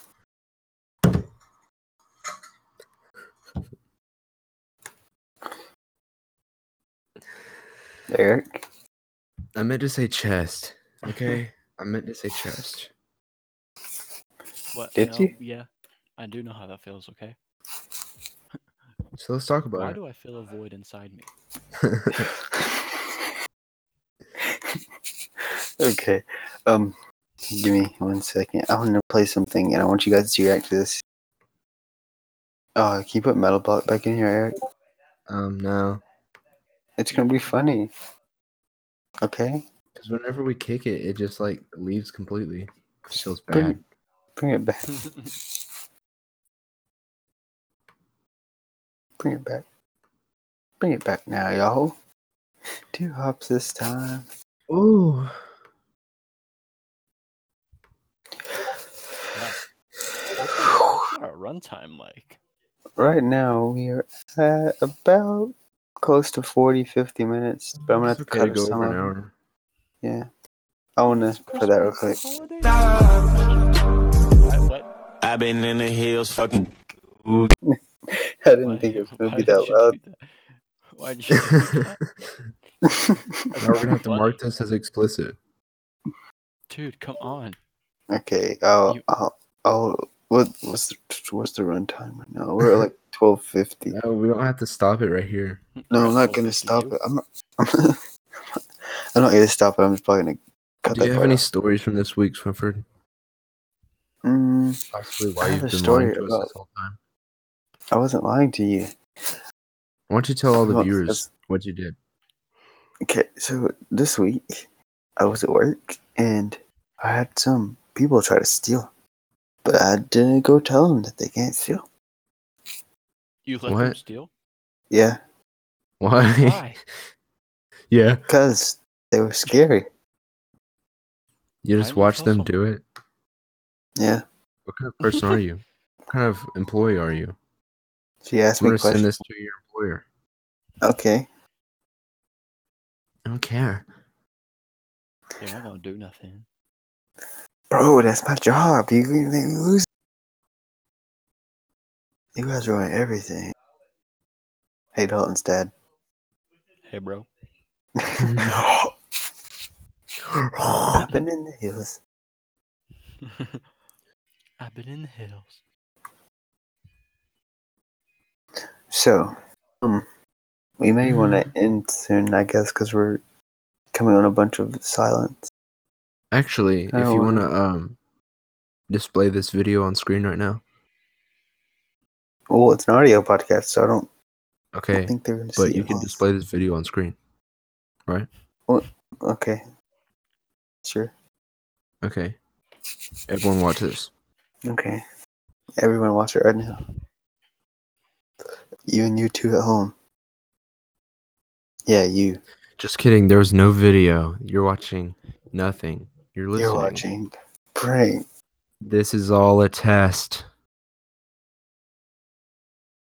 Speaker 2: Eric,
Speaker 3: I meant to say chest. [LAUGHS] Okay, I meant to say chest.
Speaker 1: What?
Speaker 2: Did
Speaker 1: no,
Speaker 2: you?
Speaker 1: Yeah, I do know how that feels. Okay.
Speaker 3: So let's talk
Speaker 1: Why
Speaker 3: about
Speaker 1: do I feel a void inside me? [LAUGHS]
Speaker 3: it.
Speaker 2: okay. Um, give me one second. I want to play something, and I want you guys to react to this. Uh, can you put Metal Block back in here, Eric?
Speaker 3: um, no,
Speaker 2: It's gonna be funny. Okay,
Speaker 3: because whenever we kick it, it just like leaves completely. It feels
Speaker 2: Bring-
Speaker 3: bad.
Speaker 2: bring it back. Bring it back. Bring it back now, y'all. Two hops this time.
Speaker 3: Ooh.
Speaker 1: What's our runtime like?
Speaker 2: Right now, we are at about close to 40, 50 minutes, but I'm gonna have
Speaker 3: It's
Speaker 2: to
Speaker 3: okay
Speaker 2: cut
Speaker 3: to go
Speaker 2: some
Speaker 3: over an
Speaker 2: of it.
Speaker 3: hour.
Speaker 2: Yeah. I wanna put that real quick. [LAUGHS]
Speaker 1: Why, what?
Speaker 4: I've been in the hills fucking. Ooh,
Speaker 2: I didn't
Speaker 1: why-
Speaker 2: think it was
Speaker 1: [LAUGHS]
Speaker 2: gonna
Speaker 1: why
Speaker 2: be
Speaker 1: did
Speaker 2: that
Speaker 1: you
Speaker 2: loud.
Speaker 1: do that? Why did you do that?
Speaker 2: [LAUGHS]
Speaker 1: That's
Speaker 3: Now
Speaker 1: not
Speaker 3: [LAUGHS] we're gonna have to
Speaker 1: funny.
Speaker 3: mark this as explicit.
Speaker 1: Dude, come on.
Speaker 2: okay, I'll,
Speaker 1: You-
Speaker 2: I'll, I'll, what, what's the, what's the runtime right now? We're at like twelve fifty.
Speaker 3: No, we don't have to stop it right here.
Speaker 2: No,
Speaker 1: Or
Speaker 2: I'm not gonna
Speaker 1: 12:52.
Speaker 2: stop it. I'm not. I'm [LAUGHS] not, I'm not gonna stop it. I'm just probably gonna cut
Speaker 3: Do
Speaker 2: that
Speaker 3: you have
Speaker 2: part
Speaker 3: any
Speaker 2: out.
Speaker 3: stories from this week, Swinford?
Speaker 2: Mm,
Speaker 3: Possibly
Speaker 2: I
Speaker 3: why
Speaker 2: have
Speaker 3: you've
Speaker 2: a
Speaker 3: been
Speaker 2: story
Speaker 3: lying to
Speaker 2: about-
Speaker 3: us this whole time.
Speaker 2: I wasn't lying to you.
Speaker 3: Why don't you tell all the
Speaker 2: Well,
Speaker 3: viewers
Speaker 2: that's-
Speaker 3: what you did? [LAUGHS]
Speaker 2: Okay, so this week I was at work and I had some people try to steal, but I didn't go tell them that they can't steal.
Speaker 1: You let them
Speaker 3: What?
Speaker 1: steal?
Speaker 2: Yeah,
Speaker 3: Why?
Speaker 1: Why?
Speaker 3: [LAUGHS] yeah,
Speaker 2: because they were scary.
Speaker 3: you
Speaker 1: Why
Speaker 3: just
Speaker 1: didn't you
Speaker 3: watch
Speaker 1: tell someone?
Speaker 3: them do it.
Speaker 2: Yeah,
Speaker 3: What kind of person are
Speaker 1: [LAUGHS]
Speaker 3: you? What kind of employee are you?
Speaker 2: she asked
Speaker 3: I'm
Speaker 2: me
Speaker 3: gonna send
Speaker 2: questions.
Speaker 3: this to your employer.
Speaker 2: Okay,
Speaker 3: I don't care.
Speaker 1: They're not gonna do nothing.
Speaker 2: Bro, that's my job. You gonna make me lose. You guys ruin everything. Hey, Dalton's dad.
Speaker 1: Hey, bro. [LAUGHS]
Speaker 2: [LAUGHS] Hopping in the hills.
Speaker 1: I've been in the hills.
Speaker 2: So, um, we may
Speaker 3: Hmm.
Speaker 2: want to end soon, I guess, because we're coming on a bunch of silence.
Speaker 3: Actually,
Speaker 2: I
Speaker 3: if
Speaker 2: don't
Speaker 3: you want
Speaker 2: wanna-
Speaker 3: to um display this video on screen right now,
Speaker 2: Well, it's an audio podcast, so I don't I
Speaker 3: okay.
Speaker 2: think they're going to
Speaker 3: But
Speaker 2: see
Speaker 3: you can
Speaker 2: us.
Speaker 3: display this video on screen.
Speaker 2: Okay. Sure.
Speaker 3: Okay. Everyone watch this.
Speaker 2: Okay. Everyone watch it right now. You and you two at home. Yeah, you.
Speaker 3: Just kidding. There was no video. You're watching nothing. You're listening.
Speaker 2: You're watching. Prank.
Speaker 3: This is all a test.